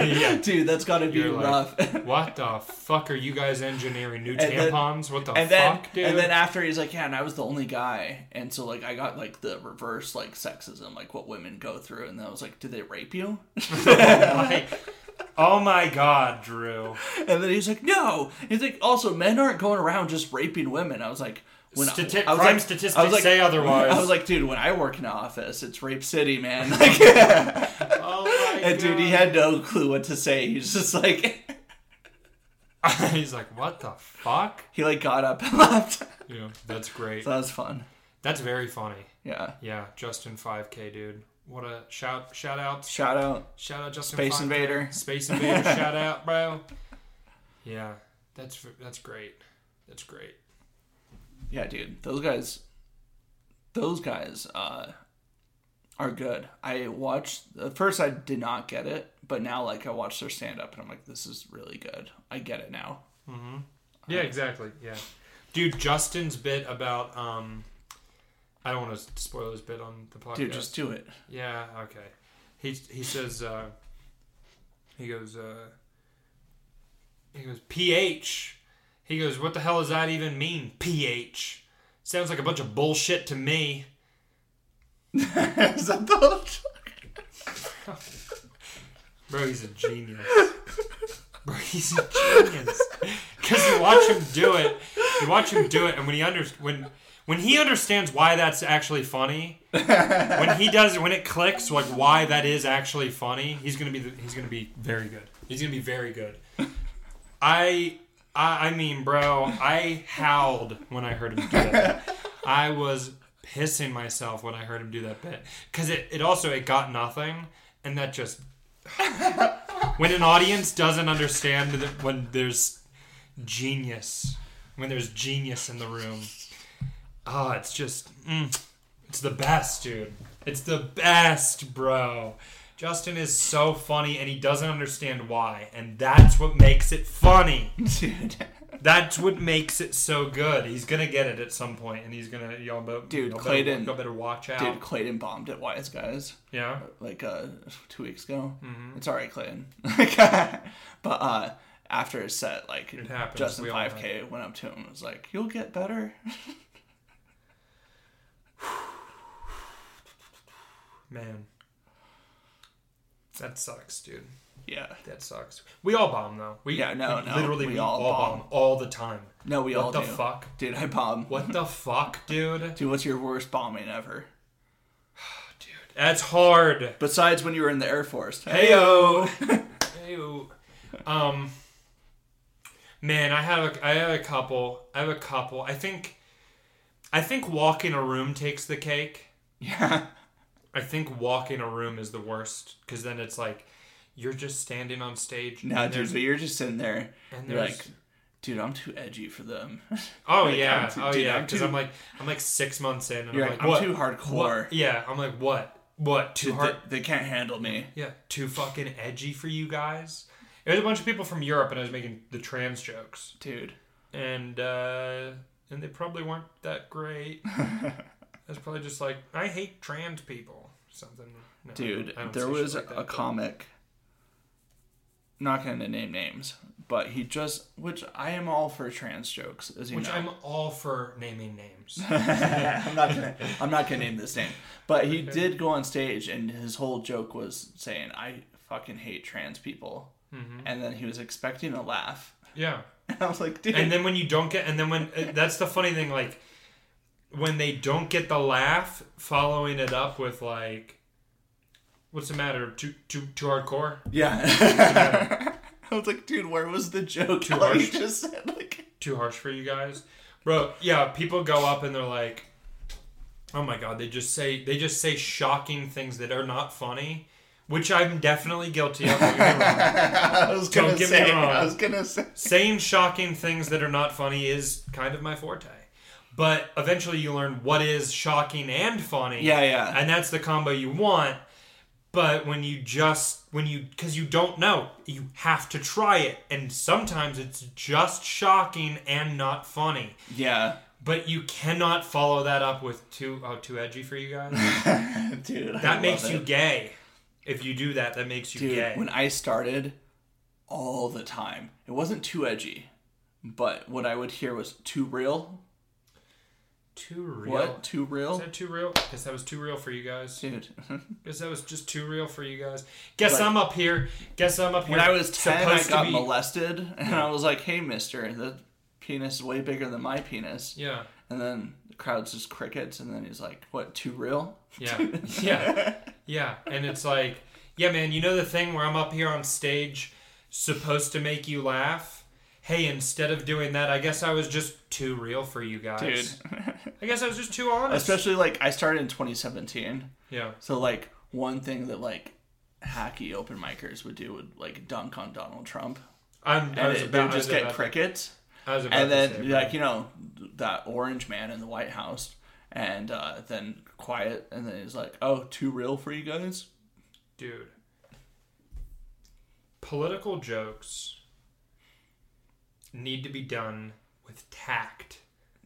S2: right.
S3: Yeah.
S2: dude, that's got to be
S3: You're like,
S2: rough.
S3: What the fuck are you guys engineering new
S2: then-
S3: tampons? what the
S2: and then
S3: fuck, dude?
S2: and then after he's like yeah and i was the only guy and so like i got like the reverse like sexism like what women go through and then i was like did they rape you
S3: Like, oh my god, Drew.
S2: and then he's like no he's like also men aren't going around just raping women i was like when
S3: Stati-
S2: I, I was
S3: crime
S2: like,
S3: statistics
S2: I was like,
S3: say otherwise.
S2: I was like, dude, when I work in an office, it's rape city, man. Like,
S3: Oh my
S2: and dude, he had no clue what to say. He's just like,
S3: had. He's like, what the fuck?
S2: he like got up and left.
S3: Yeah, that's great.
S2: So that was fun.
S3: That's very funny.
S2: Yeah.
S3: Yeah, Justin 5K, dude. What a shout! Shout out!
S2: Shout out
S3: Shout out, Justin.
S2: Space
S3: 5K.
S2: Invader.
S3: Space Invader. shout out, bro. Yeah, that's that's great. That's great.
S2: Yeah, dude. Those guys those guys uh are good. I watched at first I did not get it, but now like I watched their stand up and I'm like this is really good. I get it now.
S3: Yeah, exactly. Yeah, dude, Justin's bit about um, I don't want to spoil his bit on the podcast.
S2: Dude, just do it.
S3: Yeah, okay. He he says uh, he goes uh, he goes pH. He goes, what the hell does that even mean? pH. Sounds like a bunch of bullshit to me.
S2: Is that the whole joke?
S3: Bro, he's a genius. Bro, he's a genius. Because you watch him do it, you watch him do it, and when he under when when he understands why that's actually funny, when he does when it clicks, like why that is actually funny, he's gonna be the, he's gonna be very good. He's gonna be very good. I I, I mean, bro, I howled when I heard him do that. bit. I was pissing myself when I heard him do that bit because it, it also it got nothing, and that just when an audience doesn't understand that when there's genius, when there's genius in the room, ah, it's just mm, it's the best, dude. It's the best, bro. Justin is so funny and he doesn't understand why, and that's what makes it funny.
S2: Dude.
S3: That's what makes it so good. He's gonna get it at some point, and he's gonna y'all. Be,
S2: Dude,
S3: y'all
S2: Clayton-
S3: better, y'all better watch out.
S2: Dude, Clayton bombed at Wise Guys
S3: yeah,
S2: like uh, two weeks ago.
S3: Mm-hmm.
S2: It's all right, Clayton. but uh, after his set, like
S3: happens.
S2: Justin
S3: We all
S2: 5K went up to him and was like, "You'll get better."
S3: man, that sucks, dude.
S2: yeah.
S3: That sucks. We all bomb though. We
S2: Yeah, no,
S3: we
S2: no,
S3: Literally,
S2: we
S3: we,
S2: all
S3: all,
S2: bomb.
S3: bomb. all the time.
S2: No, we
S3: what
S2: all
S3: the
S2: do.
S3: fuck?
S2: Dude, I bomb.
S3: What the fuck, dude?
S2: Dude, what's your worst bombing ever?
S3: Dude, that's hard.
S2: Besides when you were in the Air Force.
S3: Heyo. Heyo. Um. Man, I have a I have a couple. I have a couple. I think, I think walk in a room takes the cake.
S2: Yeah.
S3: I think walk in a room is the worst because then it's like you're just standing on stage.
S2: No,
S3: and
S2: dude,
S3: there's-
S2: but you're just sitting there.
S3: and
S2: You're
S3: there's-
S2: like, dude, I'm too edgy for them.
S3: oh
S2: like,
S3: yeah,
S2: I'm too-
S3: oh
S2: dude,
S3: yeah,
S2: I'm
S3: because
S2: too-
S3: I'm like I'm like six months in and
S2: You're
S3: I'm
S2: like,
S3: like,
S2: I'm
S3: what?
S2: too hardcore.
S3: What? Yeah, I'm like what? What? Too
S2: Dude,
S3: hard?
S2: they, they can't handle me.
S3: Yeah, too fucking edgy for you guys. It was a bunch of people from Europe, and I was making the trans jokes,
S2: Dude.
S3: and uh, and they probably weren't that great. I was probably just like, I hate trans people. Something. No, I
S2: Dude,
S3: don't- I don't
S2: there
S3: say shit
S2: was
S3: like that,
S2: a
S3: but-
S2: comic. Not going to name names, but he just, which I am all for trans jokes, as you
S3: which
S2: know.
S3: I'm all for naming names.
S2: I'm not gonna. I'm not gonna name this name, but he did go on stage, and his whole joke was saying, "I fucking hate trans people,"
S3: Mm-hmm.
S2: and then he was expecting a laugh,
S3: yeah.
S2: and I was like, "Dude,
S3: and then when you don't get and then when uh, that's the funny thing like when they don't get the laugh following it up with like what's the matter too too too hardcore
S2: yeah." I was like, "Dude, where was the joke?" Too
S3: harsh.
S2: just said, like,
S3: too harsh for you guys bro yeah people go up and they're like oh my god they just say they just say shocking things that are not funny which i'm definitely guilty of don't get me wrong.
S2: I was
S3: Don't
S2: gonna
S3: get me
S2: say,
S3: wrong.
S2: I was gonna say,
S3: saying shocking things that are not funny is kind of my forte. But eventually you learn what is shocking and funny.
S2: Yeah, yeah.
S3: And that's the combo you want. But when you just when you cuz you don't know, you have to try it and sometimes it's just shocking and not funny.
S2: yeah,
S3: But you cannot follow that up with too oh too edgy for you guys.
S2: dude." I
S3: That
S2: love
S3: makes you
S2: it.
S3: gay. If you do that, that makes you
S2: dude.
S3: gay.
S2: When I started, all the time, it wasn't too edgy, but what I would hear was too real.
S3: too real.
S2: What too
S3: Is
S2: real?
S3: that too real? Guess that was too real for you guys.
S2: Dude,
S3: Guess that was just too real for you guys. Guess
S2: Like-
S3: I'm up here. Guess I'm up here.
S2: When I was 10, I
S3: supposed to
S2: got
S3: be-
S2: molested, and I was like, hey, mister, the penis is way bigger than my penis.
S3: Yeah,
S2: And then the crowd's just crickets, and then he's like, what, too real?
S3: yeah, yeah, yeah. And it's like, yeah, man. You know the thing where I'm up here on stage, supposed to make you laugh. Hey, instead of doing that, I guess I was just too real for you
S2: Dude.
S3: guys. I guess I was just too honest.
S2: Especially, like, I started in 2017.
S3: yeah,
S2: So, like, one thing that, like, hacky open micers would do would, like, dunk on Donald Trump.
S3: I'm. I
S2: And
S3: was
S2: it, they
S3: about
S2: would just
S3: I was
S2: get
S3: about-
S2: crickets.
S3: I was about
S2: and
S3: to
S2: then
S3: say,
S2: like you know that orange man in the White House, and uh, then quiet, and then he's like, "Oh, too real for you guys."
S3: dude. Political jokes need to be done with tact.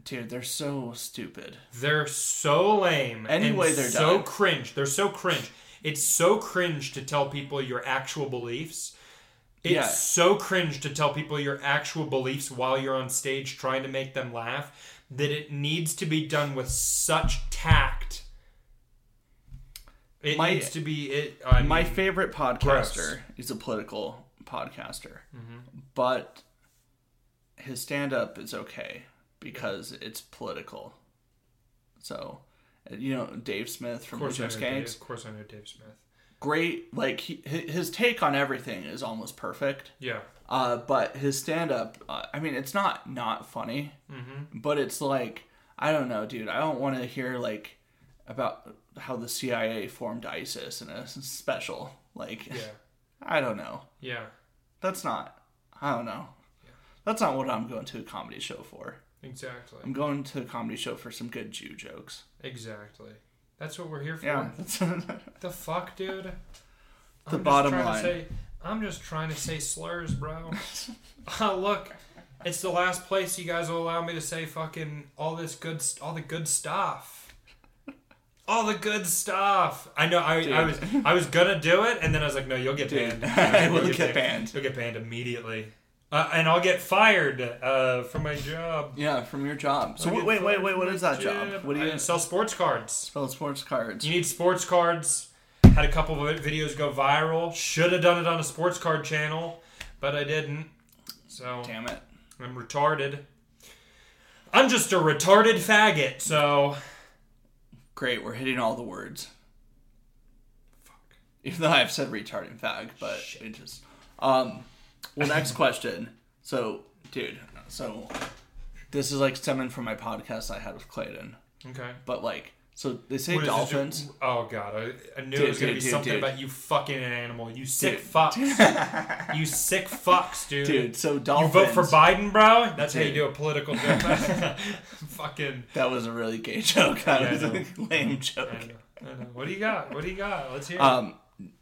S2: Dude, they're so stupid.
S3: They're so lame.
S2: Anyway,
S3: and
S2: they're
S3: so
S2: done.
S3: cringe. They're so cringe. It's so cringe to tell people your actual beliefs. It's
S2: Yeah.
S3: so cringe to tell people your actual beliefs while you're on stage trying to make them laugh that it needs to be done with such tact. It
S2: My-
S3: needs to be it. I
S2: My
S3: mean,
S2: favorite podcaster
S3: Gross. Mm-hmm.
S2: is a political podcaster, but his stand up is okay because it's political. So, uh, you know, Dave Smith
S3: of
S2: from
S3: course, I know
S2: Bishop
S3: Dave,
S2: Skanks,
S3: of course I know Dave Smith.
S2: great, like, he, hi- his take on everything is almost perfect.
S3: Yeah,
S2: Uh, but his stand up, uh, I mean, it's not not funny,
S3: Mm-hmm.
S2: but it's like, I don't know, dude. I don't want to hear, like, about how the CIA formed ISIS in a s- special. Like,
S3: yeah,
S2: I don't know.
S3: yeah.
S2: That's not, I don't know. That's not what I'm going to a comedy show for.
S3: Exactly.
S2: I'm going to a comedy show for some good Jew jokes.
S3: Exactly. That's what we're here for.
S2: Yeah. That's
S3: The fuck, dude. The
S2: The bottom line.
S3: say, I'm just trying to say slurs, bro. Uh, look, it's the last place you guys will allow me to say fucking all this good, st- all the good stuff. All the good stuff. I know. I, I was I was gonna do it, and then I was like, no, you'll get
S2: Dude,
S3: banned.
S2: I will
S3: You'll
S2: get banned.
S3: You'll get banned immediately, uh, and I'll get fired uh, from my job.
S2: yeah, from your job. So,
S3: I'll
S2: wait,
S3: get
S2: wait, wait,
S3: fired
S2: wait.
S3: from
S2: What
S3: my
S2: is that job? What do
S3: I
S2: you
S3: sell sports cards?
S2: sell sports cards?
S3: You need sports cards. Had a couple of videos go viral. Should have done it on a sports card channel, but I didn't. So
S2: Damn it.
S3: I'm retarded. I'm just a retarded faggot. So
S2: Great, we're hitting all the words. Fuck. Even though I've said retard and fag, but it just. Um, well, next question. So, dude, so this is like stemming from my podcast I had with Clayton,
S3: okay.
S2: but like, so they say
S3: What is this?
S2: dolphins.
S3: Oh god, I, I knew it was
S2: Dude,
S3: gonna
S2: dude,
S3: be
S2: dude,
S3: something
S2: dude.
S3: about you fucking animal. You sick
S2: Dude.
S3: fucks. you sick fucks, dude.
S2: Dude, so
S3: you
S2: dolphins.
S3: vote for Biden, bro. That's how you
S2: Dude.
S3: do a political joke. fucking.
S2: That was a really gay joke. That
S3: Yeah, I
S2: was a
S3: know.
S2: lame
S3: I know,
S2: joke.
S3: I know. What do you got? What do you got? Let's hear. it.
S2: Um,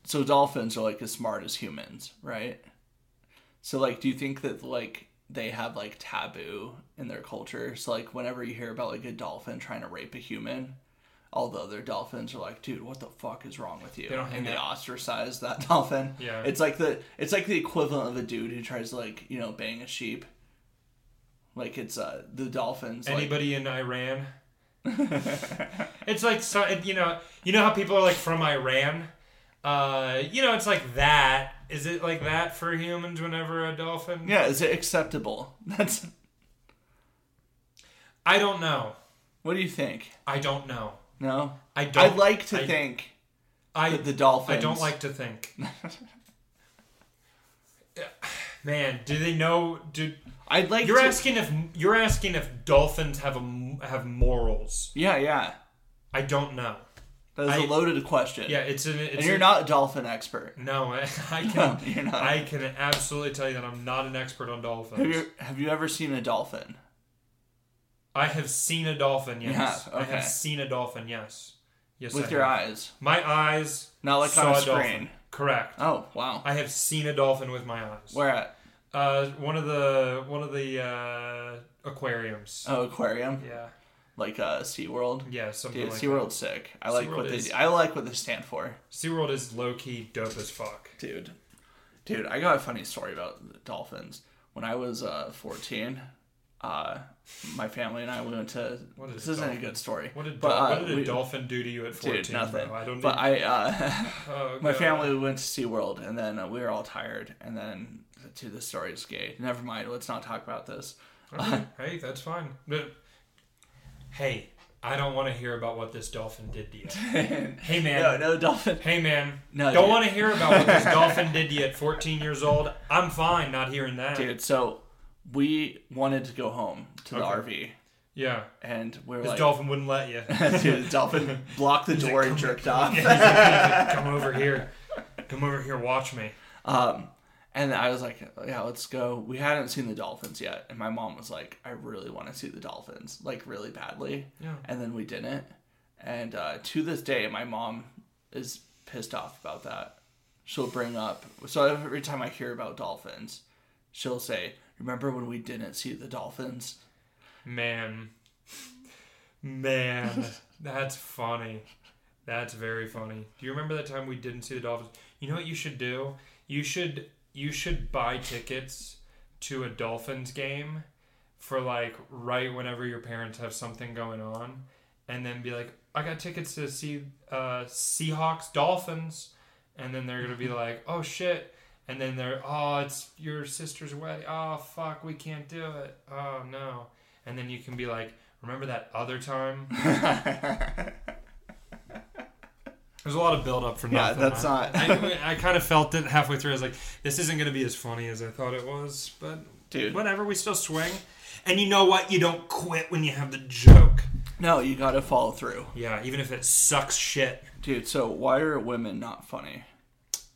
S2: so dolphins are like as smart as humans, right? So like, do you think that like they have like taboo in their culture? So like, whenever you hear about like a dolphin trying to rape a human, all the other dolphins are like, dude, what the fuck is wrong with you?
S3: They don't hang
S2: and they
S3: out.
S2: ostracize that dolphin.
S3: Yeah.
S2: it's like the it's like the equivalent of a dude who tries to like you know bang a sheep. Like it's uh the dolphins. like-
S3: Anybody in Iran? it's like so you know you know how people are like from Iran. Uh, you know it's like that. Is it like that for humans whenever a dolphin?
S2: yeah, is it acceptable? That's
S3: I don't know.
S2: what do you think?
S3: I don't know.
S2: No,
S3: I don't.
S2: I like to
S3: I-
S2: think
S3: I
S2: that the dolphins.
S3: I don't like to think. Man, do they know? Do
S2: I'd like
S3: you're
S2: to.
S3: asking if you're asking if dolphins have a have morals?
S2: yeah, yeah.
S3: I don't know.
S2: That is a
S3: I-
S2: loaded question.
S3: Yeah, it's an. It's
S2: and you're
S3: an-
S2: not a dolphin expert.
S3: No, I, I can.
S2: No, you're not.
S3: I can absolutely tell you that I'm not an expert on
S2: Have
S3: dolphins.
S2: you have you ever seen a dolphin?
S3: I have seen a dolphin. Yes,
S2: have?
S3: I
S2: Okay.
S3: have seen a dolphin. Yes, yes.
S2: With
S3: I
S2: your
S3: have.
S2: eyes.
S3: My eyes.
S2: Not like on
S3: saw
S2: a
S3: a dolphin.
S2: screen.
S3: Correct.
S2: Oh wow.
S3: I have seen a dolphin with my eyes.
S2: Where at?
S3: Uh, one of the one of the uh, aquariums.
S2: Oh aquarium.
S3: Yeah.
S2: Like uh SeaWorld.
S3: Yeah. Something
S2: Dude,
S3: like
S2: SeaWorld's sick. I like
S3: SeaWorld
S2: what they
S3: is-
S2: do. I like what they stand for.
S3: that. SeaWorld is low key dope as fuck.
S2: Dude. Dude, I got a funny story about the dolphins. When I was uh fourteen, uh my family and I we went to
S3: What is
S2: this
S3: a
S2: isn't a
S3: dolphin?
S2: good story.
S3: What did,
S2: but,
S3: dol-
S2: uh,
S3: what did a
S2: we-
S3: dolphin do to you at fourteen?
S2: Dude, nothing.
S3: bro? I don't.
S2: but
S3: need,
S2: I uh
S3: oh,
S2: My
S3: God.
S2: family went to SeaWorld and then uh, we were all tired. And then, to the story is gay. Never mind, let's not talk about this.
S3: Okay, hey, that's fine. But- Hey, I don't want to hear about what this dolphin did to you. hey man.
S2: No, no, dolphin.
S3: Hey man.
S2: No,
S3: don't
S2: dude.
S3: want to hear about what this dolphin did to you at 14 years old. I'm fine not hearing that.
S2: Dude, so we wanted to go home to the
S3: Okay.
S2: RV.
S3: Yeah.
S2: And we were
S3: This
S2: like,
S3: dolphin wouldn't let you.
S2: dude, the dolphin blocked the door and jerked off.
S3: Come over here. Come over here. Watch me.
S2: Um, and I was like, yeah, let's go. We hadn't seen the dolphins yet. And my mom was like, I really want to see the dolphins, like really badly.
S3: Yeah.
S2: And then we didn't. And uh, to this day, my mom is pissed off about that. She'll bring up, so every time I hear about dolphins, she'll say, Remember when we didn't see the dolphins?
S3: Man. Man. That's funny. That's very funny. Do you remember that time we didn't see the dolphins? You know what you should do? You should you should buy tickets to a Dolphins game for like right whenever your parents have something going on, and then be like, I got tickets to see uh, Seahawks Dolphins, and then they're gonna be like, oh shit, and then they're oh it's your sister's wedding, oh fuck we can't do it, oh no, and then you can be like, remember that other time? There's a lot of build up for
S2: Yeah,
S3: nothing.
S2: that's
S3: I-
S2: not-
S3: I, I kind of felt it halfway through. I was like, this isn't going to be as funny as I thought it was, but
S2: Dude.
S3: whatever, we still swing. And you know what? You don't quit when you have the joke.
S2: No, you gotta follow through.
S3: Yeah, even if it sucks shit.
S2: Dude, so why are women not funny?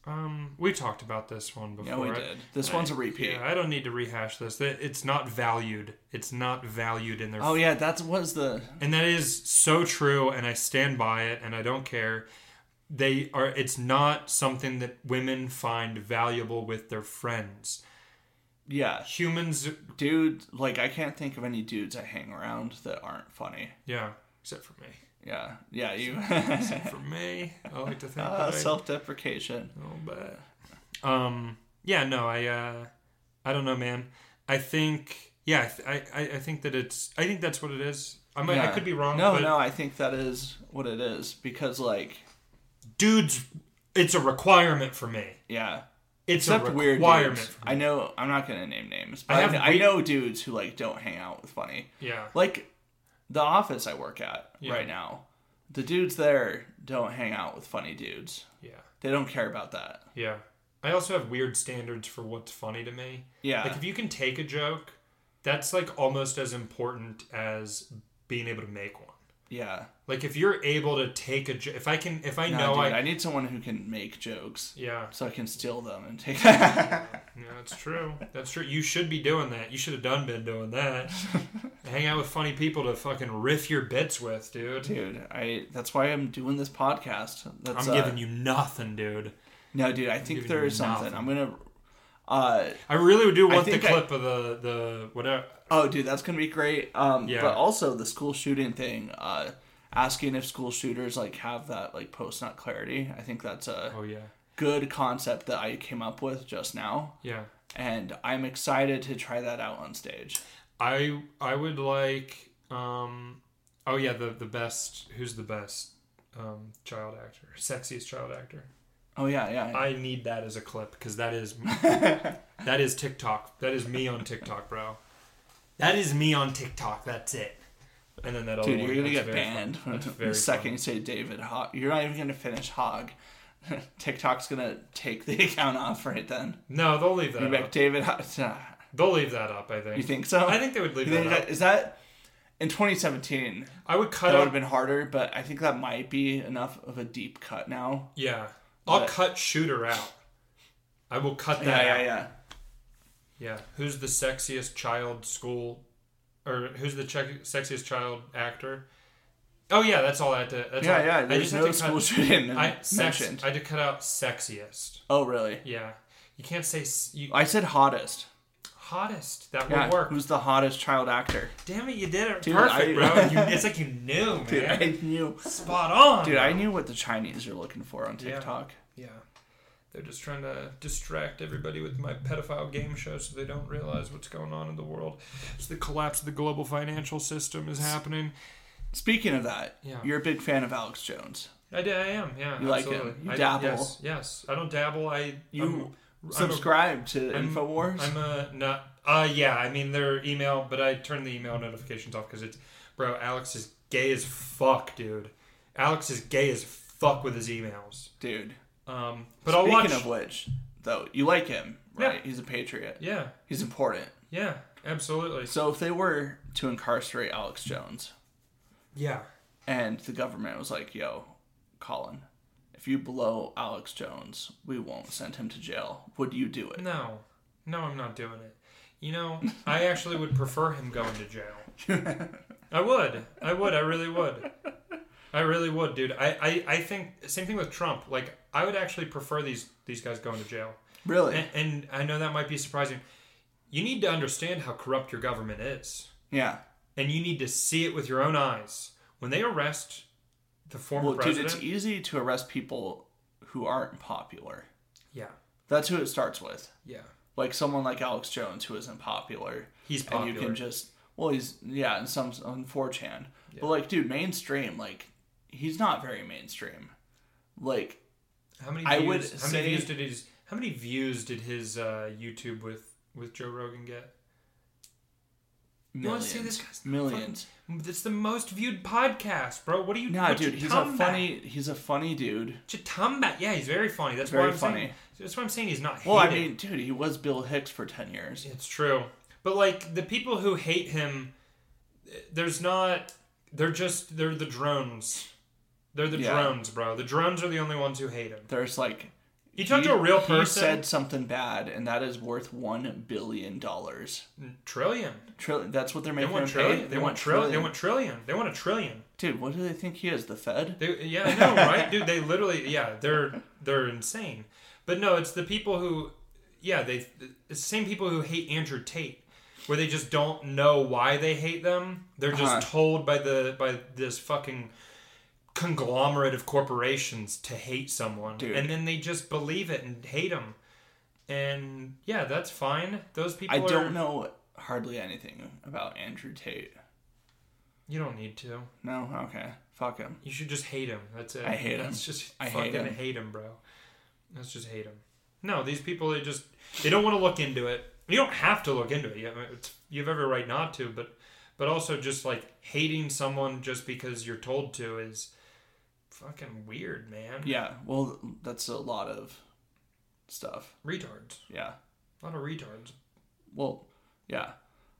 S3: Um, we talked about this one before.
S2: Yeah, we
S3: I-
S2: did. This one's a repeat.
S3: Yeah, I don't need to rehash this. That- It's not valued. It's not valued in their.
S2: Oh yeah, that was the
S3: and that is so true and i stand by it and i don't care they are it's not something that women find valuable with their friends
S2: yeah,
S3: humans
S2: dude. Like I can't think of any dudes I hang around that aren't funny.
S3: yeah except for me
S2: Yeah, yeah, you
S3: for me i like to think
S2: uh,
S3: that I,
S2: self-deprecation.
S3: Oh, but um, yeah, no, I uh, I don't know, man. I think yeah, I, th- I- I I think that it's I think that's what it is. I might I
S2: Yeah.
S3: could be wrong.
S2: No,
S3: but
S2: no, I think that is what it is because like
S3: dudes, it's a requirement for me.
S2: yeah,
S3: It's
S2: except
S3: a
S2: weird
S3: requirement.
S2: dudes.
S3: for me.
S2: I know I'm not gonna name names, but
S3: I
S2: I,
S3: have
S2: kn- I
S3: weird-
S2: know dudes who like don't hang out with funny.
S3: yeah,
S2: Like the office I work at
S3: Yeah.
S2: right now, the dudes there don't hang out with funny dudes.
S3: yeah,
S2: They don't care about that.
S3: yeah. I also have weird standards for what's funny to me.
S2: Yeah,
S3: Like if you can take a joke, that's like almost as important as being able to make one.
S2: yeah.
S3: Like if you're able to take a, jo- if I can, if I
S2: No,
S3: know
S2: dude,
S3: I,
S2: I need someone who can make jokes
S3: yeah,
S2: so I can steal them and take.
S3: Yeah, that's true. That's true. You should be doing that. You should have done been doing that. Hang out with funny people to fucking riff your bits with, dude.
S2: dude, I that's why I'm doing this podcast. That's, uh,
S3: I'm giving you nothing, dude.
S2: No, dude, I think
S3: giving
S2: there
S3: you
S2: is something.
S3: nothing.
S2: I'm gonna. Uh
S3: I really do want the
S2: think I-
S3: clip of the the uh, whatever.
S2: oh, dude, that's gonna be great. Um,
S3: Yeah.
S2: but also the school shooting thing. Uh, asking if school shooters like have that like post nut clarity. I think that's a
S3: Oh yeah,
S2: good concept that I came up with just now,
S3: yeah.
S2: and I'm excited to try that out on stage.
S3: I I would like. um Oh yeah, the the best. Who's the best? Um, child actor, sexiest child actor.
S2: Oh yeah, yeah.
S3: I need that as a clip because that is that is TikTok. That is me on TikTok, bro. That is me on TikTok. That's it. And then that other
S2: Dude,
S3: one,
S2: you're gonna
S3: that's
S2: get
S3: very
S2: banned
S3: fun. That's very
S2: the second
S3: fun.
S2: you say David Hogg. You're not even gonna finish Hogg. TikTok's gonna take the account off right then.
S3: No, they'll leave that.
S2: You're
S3: Up.
S2: like David. Hogg.
S3: They'll leave that up. I think.
S2: You think so?
S3: I think they would leave
S2: You think
S3: that up.
S2: that- Is that in 2017?
S3: I would cut
S2: That would
S3: out.
S2: have been harder, but I think that might be enough of a deep cut now.
S3: yeah, I'll
S2: But-
S3: cut shooter out. I will cut
S2: Yeah,
S3: that.
S2: yeah,
S3: out.
S2: yeah.
S3: Yeah. Who's the sexiest child school, or who's the check sexiest child actor? Oh yeah, that's all I had to. That's all-
S2: Yeah, yeah.
S3: I
S2: There's
S3: just had
S2: no
S3: to cut-
S2: school shooting
S3: I sex,
S2: mentioned.
S3: I had to cut out sexiest.
S2: oh, really?
S3: Yeah, you can't say s- you,
S2: I said hottest.
S3: hottest. That
S2: Yeah.
S3: would work.
S2: Who's the hottest child actor?
S3: Damn it, you did it
S2: Dude,
S3: perfect,
S2: I-
S3: bro. You, it's like you knew, man.
S2: Dude, I knew.
S3: Spot on.
S2: Dude, I knew what the Chinese are looking for on
S3: Yeah.
S2: TikTok.
S3: Yeah, they're just trying to distract everybody with my pedophile game show, so they don't realize what's going on in the world. So the collapse of the global financial system is happening.
S2: Speaking of that,
S3: Yeah.
S2: you're a big fan of Alex Jones.
S3: I, d- I am, yeah.
S2: You like
S3: absolutely.
S2: him. You
S3: I,
S2: dabble.
S3: Yes, yes. I don't dabble. I
S2: You
S3: I'm,
S2: Subscribe to
S3: I'm a,
S2: Infowars.
S3: I'm a not. Uh, yeah. I mean, their email, but I turn the email notifications off because it's, bro. Alex is gay as fuck, dude. Alex is gay as fuck with his emails.
S2: Dude,
S3: Um, but I'll
S2: speaking
S3: watch.
S2: of which, though, you like him,
S3: Yeah.
S2: right? He's a patriot.
S3: yeah,
S2: He's important.
S3: yeah, absolutely.
S2: So if they were to incarcerate Alex Jones
S3: Yeah,
S2: and the government was like, yo, Colin, if you blow Alex Jones, we won't send him to jail, would you do it?
S3: no, no, I'm not doing it. You know, I actually would prefer him going to jail. I would. I would. I really would. I really would, dude. I, I, I think same thing with Trump. Like I would actually prefer these these guys going to jail.
S2: really?
S3: And, and I know that might be surprising. You need to understand how corrupt your government is,
S2: yeah.
S3: and you need to see it with your own eyes. When they arrest the former
S2: Well, dude,
S3: president,
S2: it's e- easy to arrest people who aren't popular.
S3: yeah,
S2: That's who it starts with.
S3: yeah,
S2: Like someone like Alex Jones who isn't popular.
S3: he's
S2: And you
S3: popular.
S2: can just Well, he's yeah, and some on 4chan. But like, dude, mainstream. Like, he's not very mainstream. Like,
S3: How many views,
S2: I would
S3: how
S2: say-
S3: many views did his how many views did his uh, YouTube with with Joe Rogan get? You wanna
S2: millions,
S3: see this guy's
S2: millions.
S3: Fucking, it's the most viewed podcast, bro. What are you?
S2: Nah,
S3: what
S2: dude,
S3: you
S2: he's a
S3: talking about?
S2: funny. He's a funny dude.
S3: Chitamba. Yeah, he's very funny. That's
S2: Very
S3: why I'm Saying,
S2: funny.
S3: that's why I'm saying he's not.
S2: Well, I
S3: hated.
S2: mean, dude, he was Bill Hicks for ten years.
S3: it's true. But like the people who hate him, there's not. They're just they're the drones. They're the
S2: Yeah.
S3: drones, bro. The drones are the only ones who hate him.
S2: There's like
S3: You talk to a real
S2: He
S3: person,
S2: said something bad, and that is worth one billion dollars.
S3: trillion.
S2: Tri- that's what they're
S3: They
S2: making
S3: want
S2: him pay.
S3: trillion. They, want trillion. They want trillion. They want a trillion.
S2: Dude, what do they think he is? The Fed?
S3: They, yeah, I know, right, dude? They literally, yeah, they're they're insane. But no, it's the people who, yeah, they the same people who hate Andrew Tate, where they just don't know why they hate them. They're just
S2: Uh-huh.
S3: told by the by this fucking conglomerate of corporations to hate someone,
S2: Dude.
S3: and then they just believe it and hate them. And yeah, that's fine. Those people.
S2: I
S3: are,
S2: don't know hardly anything about Andrew Tate.
S3: You don't need to.
S2: No, okay, fuck him.
S3: You should just hate him. That's it.
S2: I hate him.
S3: That's just
S2: I
S3: fucking
S2: hate
S3: hate him.
S2: him.
S3: bro. Let's just hate him. No, these people they just they don't want to look into it. You don't have to look into it. You have, it's, you have every right not to, but but also just like hating someone just because you're told to is fucking weird, man.
S2: Yeah, well, that's a lot of stuff.
S3: Retards.
S2: Yeah.
S3: A lot of retards.
S2: Well, yeah.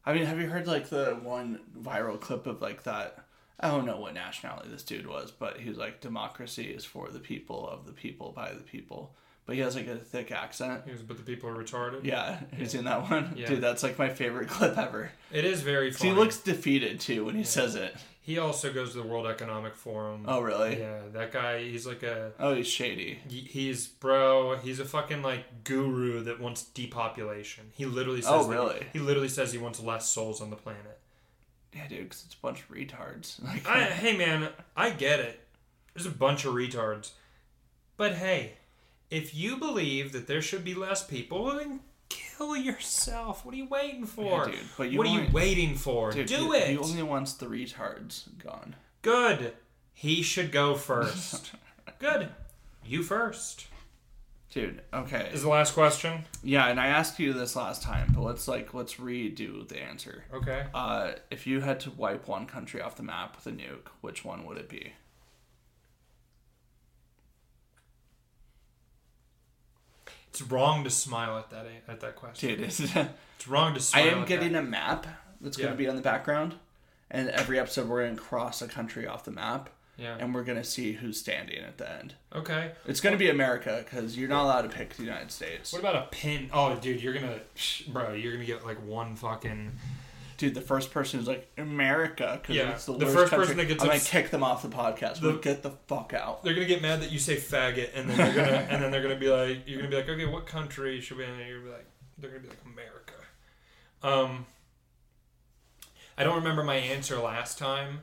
S2: I mean, have you heard like the one viral clip of like that? I don't know what nationality this dude was, but he was like, "Democracy is for the people, of the people, by the people." But he has like a thick accent.
S3: He was- But the people are retarded.
S2: Yeah, he's in that one.
S3: Yeah.
S2: Dude, that's like my favorite clip ever.
S3: It is very
S2: 'Cause He
S3: funny.
S2: looks defeated too when he says it.
S3: He also goes to the World Economic Forum.
S2: Oh, really?
S3: Yeah, that guy. He's like a
S2: Oh, he's shady.
S3: He- He's bro. He's a fucking like guru that wants depopulation. He literally says.
S2: Oh,
S3: that-
S2: really?
S3: he literally says he wants less souls on the planet.
S2: Yeah, dude, 'cause it's a bunch of retards. Like,
S3: I, hey man, I get it. There's a bunch of retards, but hey, if you believe that there should be less people, well, then kill yourself. What are you waiting for?
S2: dude, but you
S3: what are you
S2: only-
S3: waiting for?
S2: dude,
S3: Do
S2: he-
S3: it.
S2: He only wants the retards gone.
S3: Good. He should go first. Good. You first.
S2: Dude, okay.
S3: Is the last question.
S2: Yeah, and I asked you this last time, but let's like let's redo the answer.
S3: Okay.
S2: Uh, if you had to wipe one country off the map with a nuke, which one would it be?
S3: It's wrong to smile at that at that question.
S2: Dude, it's,
S3: It's wrong to
S2: I
S3: smile.
S2: am
S3: at
S2: getting
S3: that.
S2: a map that's
S3: Yeah.
S2: going to be on the background, and every episode we're going to cross a country off the map,
S3: Yeah.
S2: and we're going to see who's standing at the end.
S3: Okay.
S2: It's going to be America because you're not allowed to pick the United States.
S3: What about a pin? Oh, dude, you're gonna, bro, you're gonna get like one fucking.
S2: Dude, the first person who's like America because
S3: Yeah,
S2: it's the,
S3: the
S2: worst
S3: first
S2: country.
S3: person that gets
S2: I'm going
S3: ups-
S2: to kick them off the podcast. We'll get the fuck out.
S3: They're gonna get mad that you say faggot, and then they're gonna, and then they're gonna be like, you're gonna be like, okay, what country should we? And you're gonna be like, they're gonna be like America. Um, I don't remember my answer last time,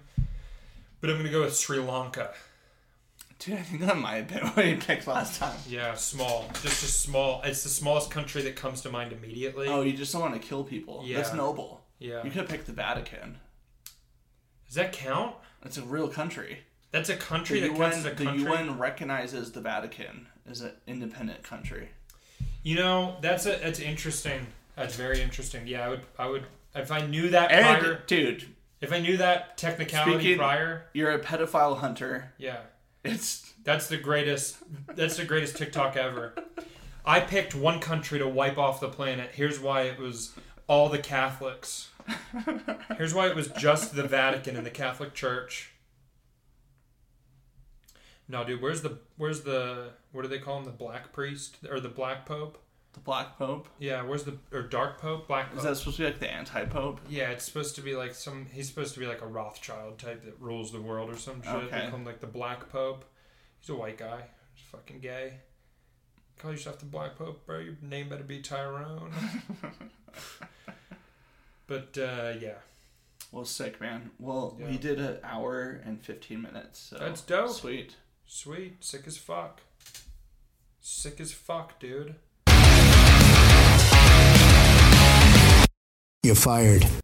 S3: but I'm gonna go with Sri Lanka.
S2: Dude, I think that might have been what he picked last time.
S3: Yeah, small, just a small. It's the smallest country that comes to mind immediately.
S2: Oh, you just don't want to kill people. That's
S3: Yeah.
S2: noble.
S3: yeah.
S2: You could pick the Vatican.
S3: Does that count?
S2: It's a real country.
S3: That's a country
S2: the
S3: that
S2: UN,
S3: counts as a
S2: the
S3: country.
S2: UN recognizes the Vatican as an independent country.
S3: You know, that's a that's interesting. That's very interesting. Yeah, I would I would if I knew that
S2: And,
S3: prior
S2: dude,
S3: if I knew that technicality
S2: Speaking-
S3: prior,
S2: you're a pedophile hunter.
S3: yeah.
S2: It's
S3: That's the greatest that's the greatest TikTok ever. I picked one country to wipe off the planet. Here's why it was all the Catholics. Here's why it was just the Vatican and the Catholic Church. No, dude, where's the where's the what do they call him? The black priest or the black pope?
S2: the Black Pope.
S3: Yeah, where's the or dark pope? Black pope.
S2: Is that supposed to be like the anti Pope?
S3: Yeah, it's supposed to be like some. He's supposed to be like a Rothschild type that rules the world or some shit. They
S2: Okay.
S3: call him like the Black Pope. He's a white guy. He's fucking gay. Call yourself the Black Pope, bro. Your name better be Tyrone. but uh, yeah,
S2: Well, sick, man. Well,
S3: Yeah.
S2: we did an hour and 15 minutes. So
S3: That's dope.
S2: Sweet.
S3: sweet, sick as fuck. Sick as fuck, dude.
S4: You're fired.